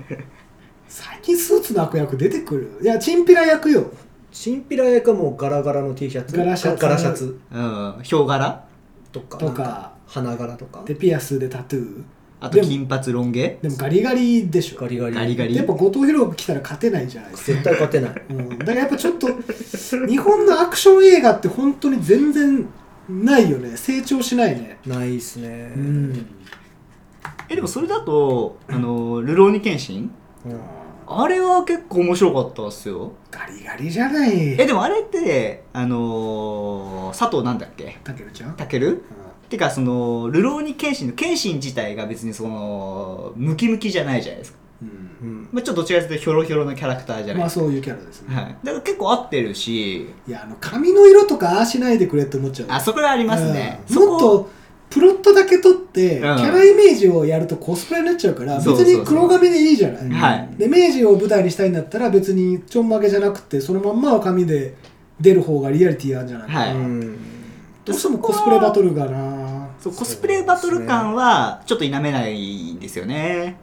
[SPEAKER 1] 最近スーツの悪役出てくるいやチンピラ役よ
[SPEAKER 3] チンピラ役はもうガラガラの T シャツ
[SPEAKER 1] ガラシャツ
[SPEAKER 3] ガラシャツ
[SPEAKER 2] うんヒョウ柄
[SPEAKER 3] とか
[SPEAKER 1] とか
[SPEAKER 3] なん花柄とか
[SPEAKER 1] でピアスでタトゥ
[SPEAKER 2] あ
[SPEAKER 1] で
[SPEAKER 2] と
[SPEAKER 1] も
[SPEAKER 2] 金髪ロン毛
[SPEAKER 1] ーでもガリガリでしょ
[SPEAKER 3] ガリガリ
[SPEAKER 2] ガリガリ
[SPEAKER 1] やっぱ後藤弘樹来たら勝てないじゃないですか
[SPEAKER 3] 絶対勝てない
[SPEAKER 1] うんだからやっぱちょっと日本のアクション映画って本当に全然ないよね成長しないね
[SPEAKER 3] ないっすね
[SPEAKER 1] うん
[SPEAKER 2] えでもそれだと「あのルローニケンシン
[SPEAKER 3] うん」
[SPEAKER 2] あれは結構面白かったっすよ
[SPEAKER 1] ガリガリじゃない
[SPEAKER 2] えでもあれってあのー佐藤なんだっけ
[SPEAKER 1] たけるちゃん
[SPEAKER 2] たける
[SPEAKER 1] う
[SPEAKER 2] てかそのルローニケンシンのケンシン自体が別にそのムキムキじゃないじゃないですか、
[SPEAKER 1] ん
[SPEAKER 3] うん
[SPEAKER 2] まあ、ちょっとどちらかというとヒョロヒョロのキャラクターじゃない
[SPEAKER 1] ま
[SPEAKER 2] で
[SPEAKER 1] あ
[SPEAKER 2] す
[SPEAKER 1] そういうキャラですね、
[SPEAKER 2] か、はい、だから結構合ってるし
[SPEAKER 1] い、やあの髪の色とかああしないでくれって思っちゃう
[SPEAKER 2] あそこがありますね、
[SPEAKER 1] うん
[SPEAKER 2] そこ
[SPEAKER 1] もっとプロットだけ撮って、
[SPEAKER 2] ん
[SPEAKER 1] キャライメージをやるとコスプレになっちゃうから別
[SPEAKER 2] そうそうそう
[SPEAKER 1] に黒髪でいいじゃない
[SPEAKER 2] はい
[SPEAKER 1] で明治を舞台にしたいんだったら別にちょんまげじゃなくてそのまんまの髪で出る方がリアリティあるんじゃない、
[SPEAKER 2] はい
[SPEAKER 3] うん
[SPEAKER 1] どうしてもコスプレバトルがな
[SPEAKER 2] そうコスプレバトル感はちょっと否めないんですよね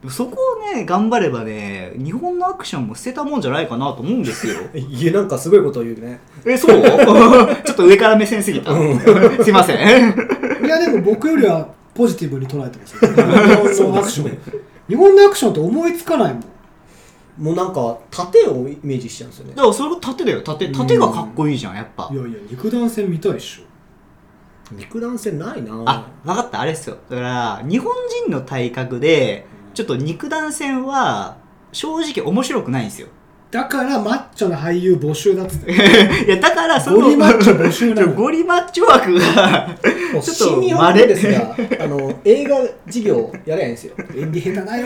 [SPEAKER 2] でもそこをね頑張ればね日本のアクションも捨てたもんじゃないかなと思うんで すよ
[SPEAKER 3] いやなんかすごいこと言うね
[SPEAKER 2] えそう ちょっと上から目線すぎた、 すいません
[SPEAKER 1] いやでも僕よりはポジティブに捉えてますよ日 本のアクション日本のアクションって思いつかないもん
[SPEAKER 3] もうなんか盾をイメージしちゃうんですよね
[SPEAKER 2] でもそれが盾だよ盾盾がかっこいいじゃんやっぱ
[SPEAKER 1] いやいや肉弾戦見たいっしょ
[SPEAKER 3] 肉弾戦ないな
[SPEAKER 2] あ分かったあれっすよだから日本人の体格でちょっと肉弾戦は正直面白くないんですよ
[SPEAKER 1] だからマッチョな俳優募集だっつって
[SPEAKER 2] いやだからその
[SPEAKER 1] ゴリマッチョ募集なの
[SPEAKER 2] ゴリマッチョ枠が
[SPEAKER 3] もう
[SPEAKER 2] ちょっと
[SPEAKER 3] 新日本
[SPEAKER 2] 稀
[SPEAKER 3] ですが あの映画事業やれないんですよ
[SPEAKER 1] 演技下手だよ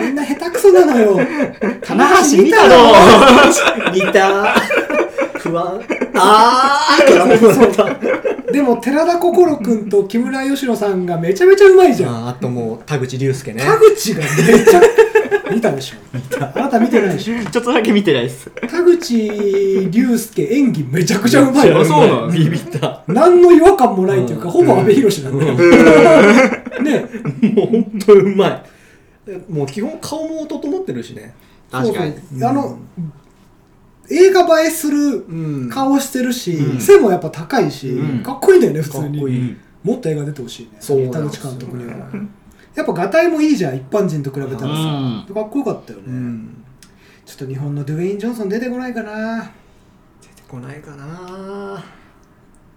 [SPEAKER 1] みんな下手くそなのよ
[SPEAKER 2] 棚橋見たろ
[SPEAKER 3] 似た不安あ
[SPEAKER 1] そうでも寺田心君と木村佳乃さんがめちゃめちゃうまいじゃん
[SPEAKER 3] ああともう田口竜介ね
[SPEAKER 1] 田口がめちゃ見たでしょあなた見てないでしょ
[SPEAKER 2] ちょっとだけ見てな いです。
[SPEAKER 1] 田口龍介演技めちゃくちゃうまいよ
[SPEAKER 2] めちゃくちゃうまいそうなの
[SPEAKER 3] ビビった
[SPEAKER 1] 何の違和感もないというか、
[SPEAKER 3] うん
[SPEAKER 1] ほぼ阿部寛なんだよ、ね
[SPEAKER 3] もう本当うまいもう基本顔も整ってるしね
[SPEAKER 2] 確かに。
[SPEAKER 1] そうそうあの映画映えする
[SPEAKER 3] うん
[SPEAKER 1] 顔してるし、
[SPEAKER 2] うん
[SPEAKER 1] 背もやっぱ高いし、
[SPEAKER 2] うん
[SPEAKER 1] かっこいいんだよね普通に
[SPEAKER 3] かっこいい
[SPEAKER 1] もっと映画出てほしいね
[SPEAKER 3] そうな
[SPEAKER 1] 田
[SPEAKER 3] んです
[SPEAKER 1] 口
[SPEAKER 3] よね
[SPEAKER 1] 監督にはやっぱガタイもいいじゃん一般人と比べたらさ、
[SPEAKER 2] うん
[SPEAKER 1] かっこよかったよね、
[SPEAKER 3] うん
[SPEAKER 1] ちょっと日本のドゥエイン・ジョンソン出てこないかな
[SPEAKER 3] 出てこないかな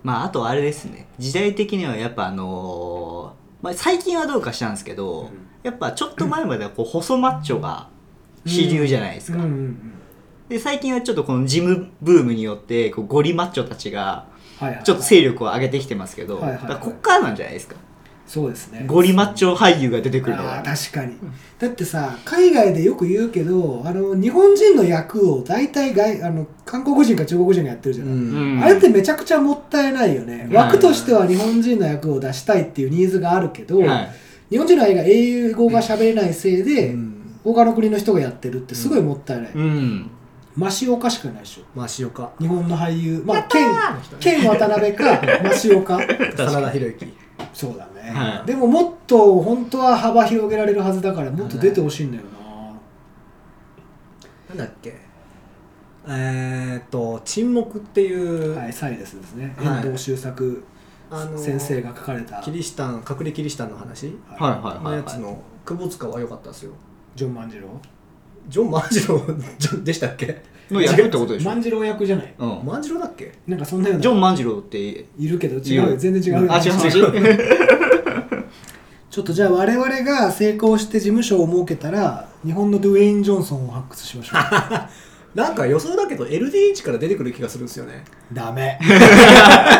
[SPEAKER 2] まああとあれですね時代的にはやっぱあのーまあ、最近はどうかしたんですけど、やっぱちょっと前まではこう細マッチョが主流じゃないですか、
[SPEAKER 1] うんうんうん
[SPEAKER 2] で最近はちょっとこのジムブームによってこうゴリマッチョたちが
[SPEAKER 1] はいはい
[SPEAKER 2] ちょっと勢力を上げてきてますけど、
[SPEAKER 1] はいはいはい
[SPEAKER 2] だからこっからなんじゃないですか
[SPEAKER 1] そうですね
[SPEAKER 2] ゴリマッチョ俳優が出てくるの
[SPEAKER 1] あ
[SPEAKER 2] は
[SPEAKER 1] あ確かにだってさ海外でよく言うけどあの日本人の役を大体外あの韓国人か中国人がやってるじゃない、
[SPEAKER 2] うん
[SPEAKER 1] あれってめちゃくちゃもったいないよね、
[SPEAKER 2] うん
[SPEAKER 1] 枠としては日本人の役を出したいっていうニーズがあるけど、
[SPEAKER 2] はい
[SPEAKER 1] 日本人の映画英語が喋れないせいで、
[SPEAKER 3] うん
[SPEAKER 1] 他の国の人がやってるってすごいもったいない、
[SPEAKER 2] うん
[SPEAKER 1] マシオカしかないでしょ
[SPEAKER 3] まあ塩か
[SPEAKER 1] 日本の俳優まあケンケン渡辺か マシオカ
[SPEAKER 3] 真田広之
[SPEAKER 1] そうだね、
[SPEAKER 2] はい
[SPEAKER 1] でももっと本当は幅広げられるはずだからもっと出てほしいんだよな
[SPEAKER 3] なんだっけえーっと「沈黙」っていう、
[SPEAKER 1] はい、サイレスですね、
[SPEAKER 3] はい
[SPEAKER 1] 遠藤周作
[SPEAKER 3] あのー
[SPEAKER 1] 先生が書かれた、
[SPEAKER 3] キリシタン隠れキリシタンの話
[SPEAKER 2] はいはい
[SPEAKER 3] の
[SPEAKER 2] はいは
[SPEAKER 3] やつ
[SPEAKER 2] い
[SPEAKER 3] の窪塚は良かったですよ
[SPEAKER 1] ジョン万次郎
[SPEAKER 3] ジョン万次郎 ジョンでしたっけ
[SPEAKER 2] のやるってことでしょ、
[SPEAKER 1] 万次郎役じゃない
[SPEAKER 2] うん、
[SPEAKER 3] 万次郎だっけ
[SPEAKER 1] なんかそんなような
[SPEAKER 2] ジョン万次郎って
[SPEAKER 1] いるけど違う
[SPEAKER 2] い
[SPEAKER 1] よ
[SPEAKER 2] る
[SPEAKER 1] 全然違うよ
[SPEAKER 2] あ違う違う
[SPEAKER 1] ちょっとじゃあ我々が成功して事務所を設けたら日本のドゥエイン・ジョンソンを発掘しましょう
[SPEAKER 3] なんか予想だけど LDH から出てくる気がするんですよね
[SPEAKER 1] ダメ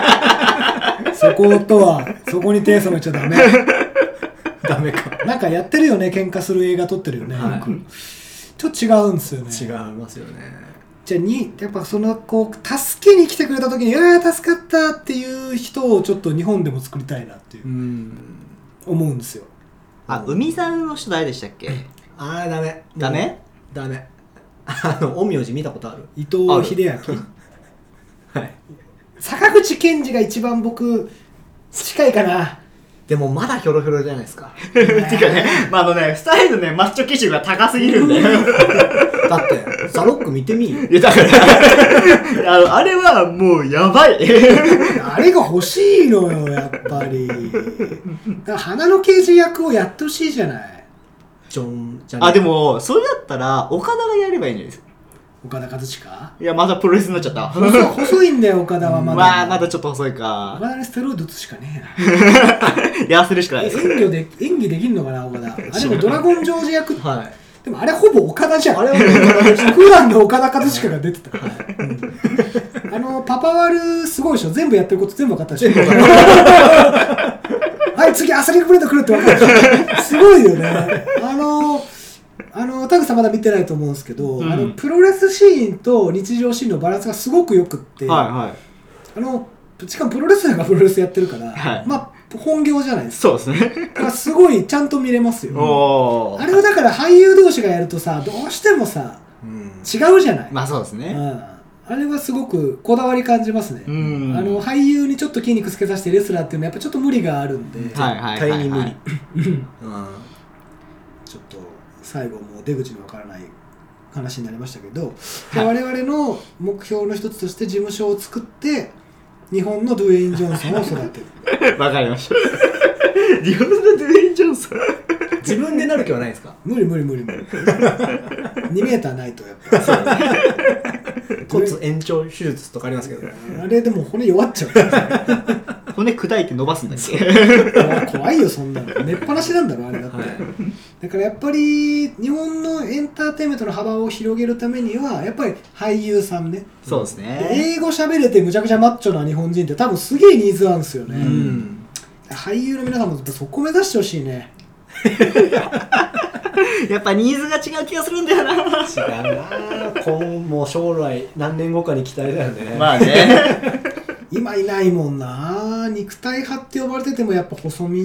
[SPEAKER 1] そことはそこに手染めちゃダメ
[SPEAKER 3] ダメか
[SPEAKER 1] なんかやってるよね喧嘩する映画撮ってるよね、
[SPEAKER 3] はい
[SPEAKER 1] 僕ちょっと違うんですよね
[SPEAKER 3] 違いますよね
[SPEAKER 1] じゃあにやっぱそのこう助けに来てくれた時に「ああ助かった」っていう人をちょっと日本でも作りたいなっていう、
[SPEAKER 3] うん
[SPEAKER 1] 思うんですよ
[SPEAKER 2] あ海さんの人誰でしたっけ
[SPEAKER 3] あーダメ
[SPEAKER 2] ダメ
[SPEAKER 3] ダメあの陰陽師見たことある
[SPEAKER 1] 伊藤
[SPEAKER 2] ある
[SPEAKER 1] 英明
[SPEAKER 3] はい
[SPEAKER 1] 坂口健二が一番僕近いかな
[SPEAKER 3] でもまだヒョロヒョロじゃないですか
[SPEAKER 2] ていうかね、まあ、あのね、二人のね、マッチョ基準が高すぎるんだよ。
[SPEAKER 3] だってザロック見てみいよ
[SPEAKER 2] いや、だから、 あの、あれはもうやばい。
[SPEAKER 1] あれが欲しいのよやっぱりだから花の刑事役をやってほしいじゃない
[SPEAKER 3] ジョンじゃねえ
[SPEAKER 2] あ、でも、それだったら、岡田がやればいいんじゃないですか。
[SPEAKER 1] 岡田和親
[SPEAKER 2] いや、 まだプロレスになっちゃった。
[SPEAKER 1] 細い細いんだよ岡田はまだ、
[SPEAKER 2] まあ、まだちょっと細い
[SPEAKER 1] 岡
[SPEAKER 2] か。
[SPEAKER 1] 田にステロイド打つしかねえな
[SPEAKER 2] やらせるしかない
[SPEAKER 1] え
[SPEAKER 2] です。
[SPEAKER 1] 演技をで演技できんのかな岡田あでもドラゴンジョージ役
[SPEAKER 3] はい
[SPEAKER 1] でもあれほぼ岡田じゃん。
[SPEAKER 3] あれは
[SPEAKER 1] 普段の岡田和親が出てた。うんあの、パパワルすごいでしょ。全部やってること全部分かったでしょ。 はい、次アスリークブレード来るって分かったでしょ。すごいよね。あの、あの、田口さんまだ見てないと思うんですけど、
[SPEAKER 2] うん
[SPEAKER 1] あの、プロレスシーンと日常シーンのバランスがすごくよくって、
[SPEAKER 2] は
[SPEAKER 1] あの、しかもプロレスラーがプロレスやってるから、
[SPEAKER 2] はい
[SPEAKER 1] まあ、本業じゃないで
[SPEAKER 2] い。
[SPEAKER 1] す
[SPEAKER 2] そうですね。
[SPEAKER 1] か。だからすごいちゃんと見れますよ。
[SPEAKER 2] お
[SPEAKER 1] あ
[SPEAKER 2] ー。
[SPEAKER 1] れをだから俳優同士がやるとさどうしてもさ
[SPEAKER 3] うん
[SPEAKER 1] 違うじゃない、
[SPEAKER 2] まあ、そうです
[SPEAKER 1] う
[SPEAKER 2] ね。
[SPEAKER 1] ん、あれはすごくこだわり感じますね、
[SPEAKER 2] うん。
[SPEAKER 1] あの俳優にちょっと筋肉つけさせてレスラーっていうのはやっぱちょっと無理があるんで、
[SPEAKER 2] はいはいはい、は
[SPEAKER 3] 絶対
[SPEAKER 2] い。
[SPEAKER 3] に無理うん
[SPEAKER 1] ちょっと最後もう出口のわからない話になりましたけど、じゃあ我々の目標の一つとして事務所を作って日本のドゥエイン・ジョンソンを育 てる
[SPEAKER 2] わかりました。リオナルド・ウェイン・ジョンソン。
[SPEAKER 3] 自分でなる気はないですか
[SPEAKER 1] 無理無理無理無 理2メーターないとやっぱ
[SPEAKER 3] 骨延長手術とかありますけど
[SPEAKER 1] あれでも骨弱っちゃうから
[SPEAKER 2] 骨砕いて伸ばすんだっけ
[SPEAKER 1] 怖い 怖いよそんなの寝っぱなしなんだろあれだって、
[SPEAKER 3] はい
[SPEAKER 1] だからやっぱり日本のエンターテインメントの幅を広げるためにはやっぱり俳優さんね、
[SPEAKER 2] そうですね。
[SPEAKER 1] 英語喋れてむちゃくちゃマッチョな日本人って多分すげえニーズあるんですよね、
[SPEAKER 3] うん
[SPEAKER 1] 俳優の皆さんもやっぱそこ目指してほしいね
[SPEAKER 2] やっぱニーズが違う気がするんだよな。
[SPEAKER 3] 違うなぁ今もう将来何年後かに期待だよね
[SPEAKER 2] まあね。
[SPEAKER 1] 今いないもんな肉体派って呼ばれててもやっぱ細身
[SPEAKER 3] う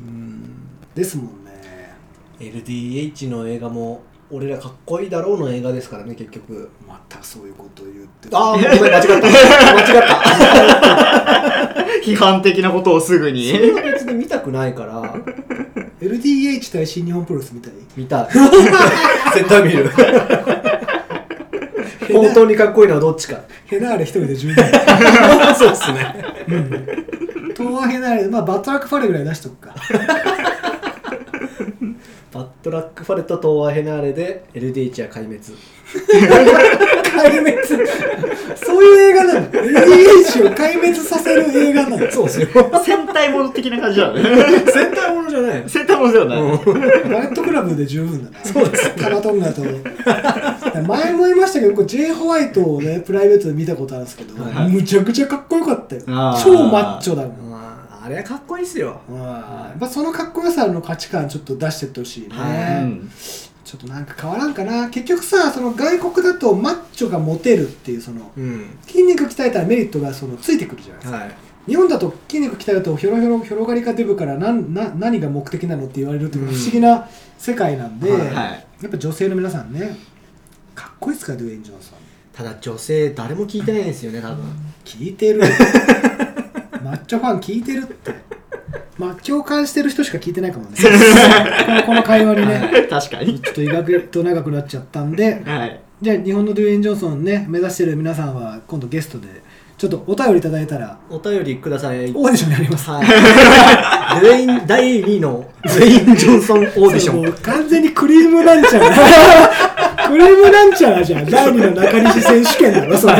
[SPEAKER 3] ん
[SPEAKER 1] ですもんね
[SPEAKER 3] LDH の映画も俺らかっこいいだろうの映画ですからね結局
[SPEAKER 1] またそういうこと言って
[SPEAKER 3] ああごめん間違った間違っ
[SPEAKER 2] 批判的なことをすぐ
[SPEAKER 3] た
[SPEAKER 2] に
[SPEAKER 3] そ。れは別に見たくないから
[SPEAKER 1] LDH 対新日本プロレスみたい
[SPEAKER 3] 見たい絶対見る本当にかっこいいのはどっちか。
[SPEAKER 1] ヘナーレ一人で十分。
[SPEAKER 3] そうですね。
[SPEAKER 1] トーンヘナーレ、まあ、バットラックファレぐらい出しとくか。
[SPEAKER 3] バットラック・ファレット・トーア・ヘナーレで LDH は壊滅。
[SPEAKER 1] 壊滅。そういう映画なの。LDH を壊滅させる映画なの。
[SPEAKER 3] そうですよ。
[SPEAKER 2] 戦隊もの的な感じだ ね
[SPEAKER 3] 戦隊ものじゃないの
[SPEAKER 2] 戦隊ものではない、
[SPEAKER 1] バレットクラブで十分だな。そうです。タバトンガと。前も言いましたけど、これ J ホワイトをね、プライベートで見たことあるんですけど、
[SPEAKER 2] はい
[SPEAKER 1] むちゃくちゃかっこよかったよ。
[SPEAKER 2] あー
[SPEAKER 1] 超マッチョだもん。
[SPEAKER 3] まあ、あれはかっこいいっすよ。
[SPEAKER 1] やっぱそのかっこよさの価値観ちょっと出してってほしいね、
[SPEAKER 3] は
[SPEAKER 2] うん
[SPEAKER 1] ちょっとなんか変わらんかな結局さその外国だとマッチョがモテるっていうその
[SPEAKER 3] うん。
[SPEAKER 1] 筋肉鍛えたらメリットがそのついてくるじゃないですか、
[SPEAKER 3] はい。
[SPEAKER 1] 日本だと筋肉鍛えるとひょろひょろ広がりがデブからなんな何が目的なのって言われるっていうのが
[SPEAKER 3] うん
[SPEAKER 1] 不思議な世界なんで、
[SPEAKER 3] はい
[SPEAKER 2] はい
[SPEAKER 1] やっぱ女性の皆さんねかっこいいっすかドゥエイン・ジョンソン
[SPEAKER 3] ただ女性、誰も聞いてないんですよね、多分。
[SPEAKER 1] 聞い てるマッチョファン聞いてるってまあ共感してる人しか聞いてないかもねこのこの会話にね
[SPEAKER 2] 確かに
[SPEAKER 1] ちょっと意外と長くなっちゃったんで
[SPEAKER 2] はい
[SPEAKER 1] じゃあ日本のドゥエイン・ジョンソンね目指してる皆さんは今度ゲストでちょっとお便りいただいたら
[SPEAKER 3] お便りください。
[SPEAKER 1] オーディションやります
[SPEAKER 3] はい。ドゥエイン、第2位のドゥエイン・ジョンソンオーディシ
[SPEAKER 1] それ
[SPEAKER 3] ョ
[SPEAKER 1] もう
[SPEAKER 3] ン。
[SPEAKER 1] 完全にクリームランチャー だクリームランチャーじゃん第2の中西選手権だろそれ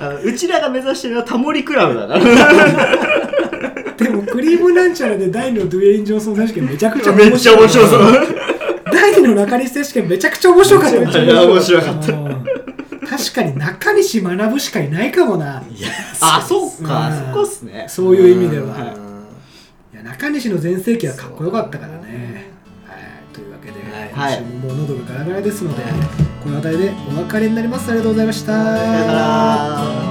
[SPEAKER 2] あうちらが目指してるのはタモリクラブだな
[SPEAKER 1] でもクリームランチャーで第2のドゥエイン・ジョンソン選手権めちゃくちゃ
[SPEAKER 2] めっちゃ面白そう
[SPEAKER 1] 第2の中西選手権めちゃくちゃ面白かった
[SPEAKER 2] めちゃくちゃ面白かった
[SPEAKER 1] うん確かに中西学ぶしかいないかもな
[SPEAKER 2] あそうか
[SPEAKER 1] うん
[SPEAKER 2] そこっすね
[SPEAKER 1] そういう意味では、
[SPEAKER 2] はい
[SPEAKER 1] いや中西の全盛期はかっこよかったからね。はい、というわけで、
[SPEAKER 2] はい
[SPEAKER 1] 今週ももう喉がガラガラですので、この辺りでお別れになります。ありがとうございました。
[SPEAKER 2] さよなら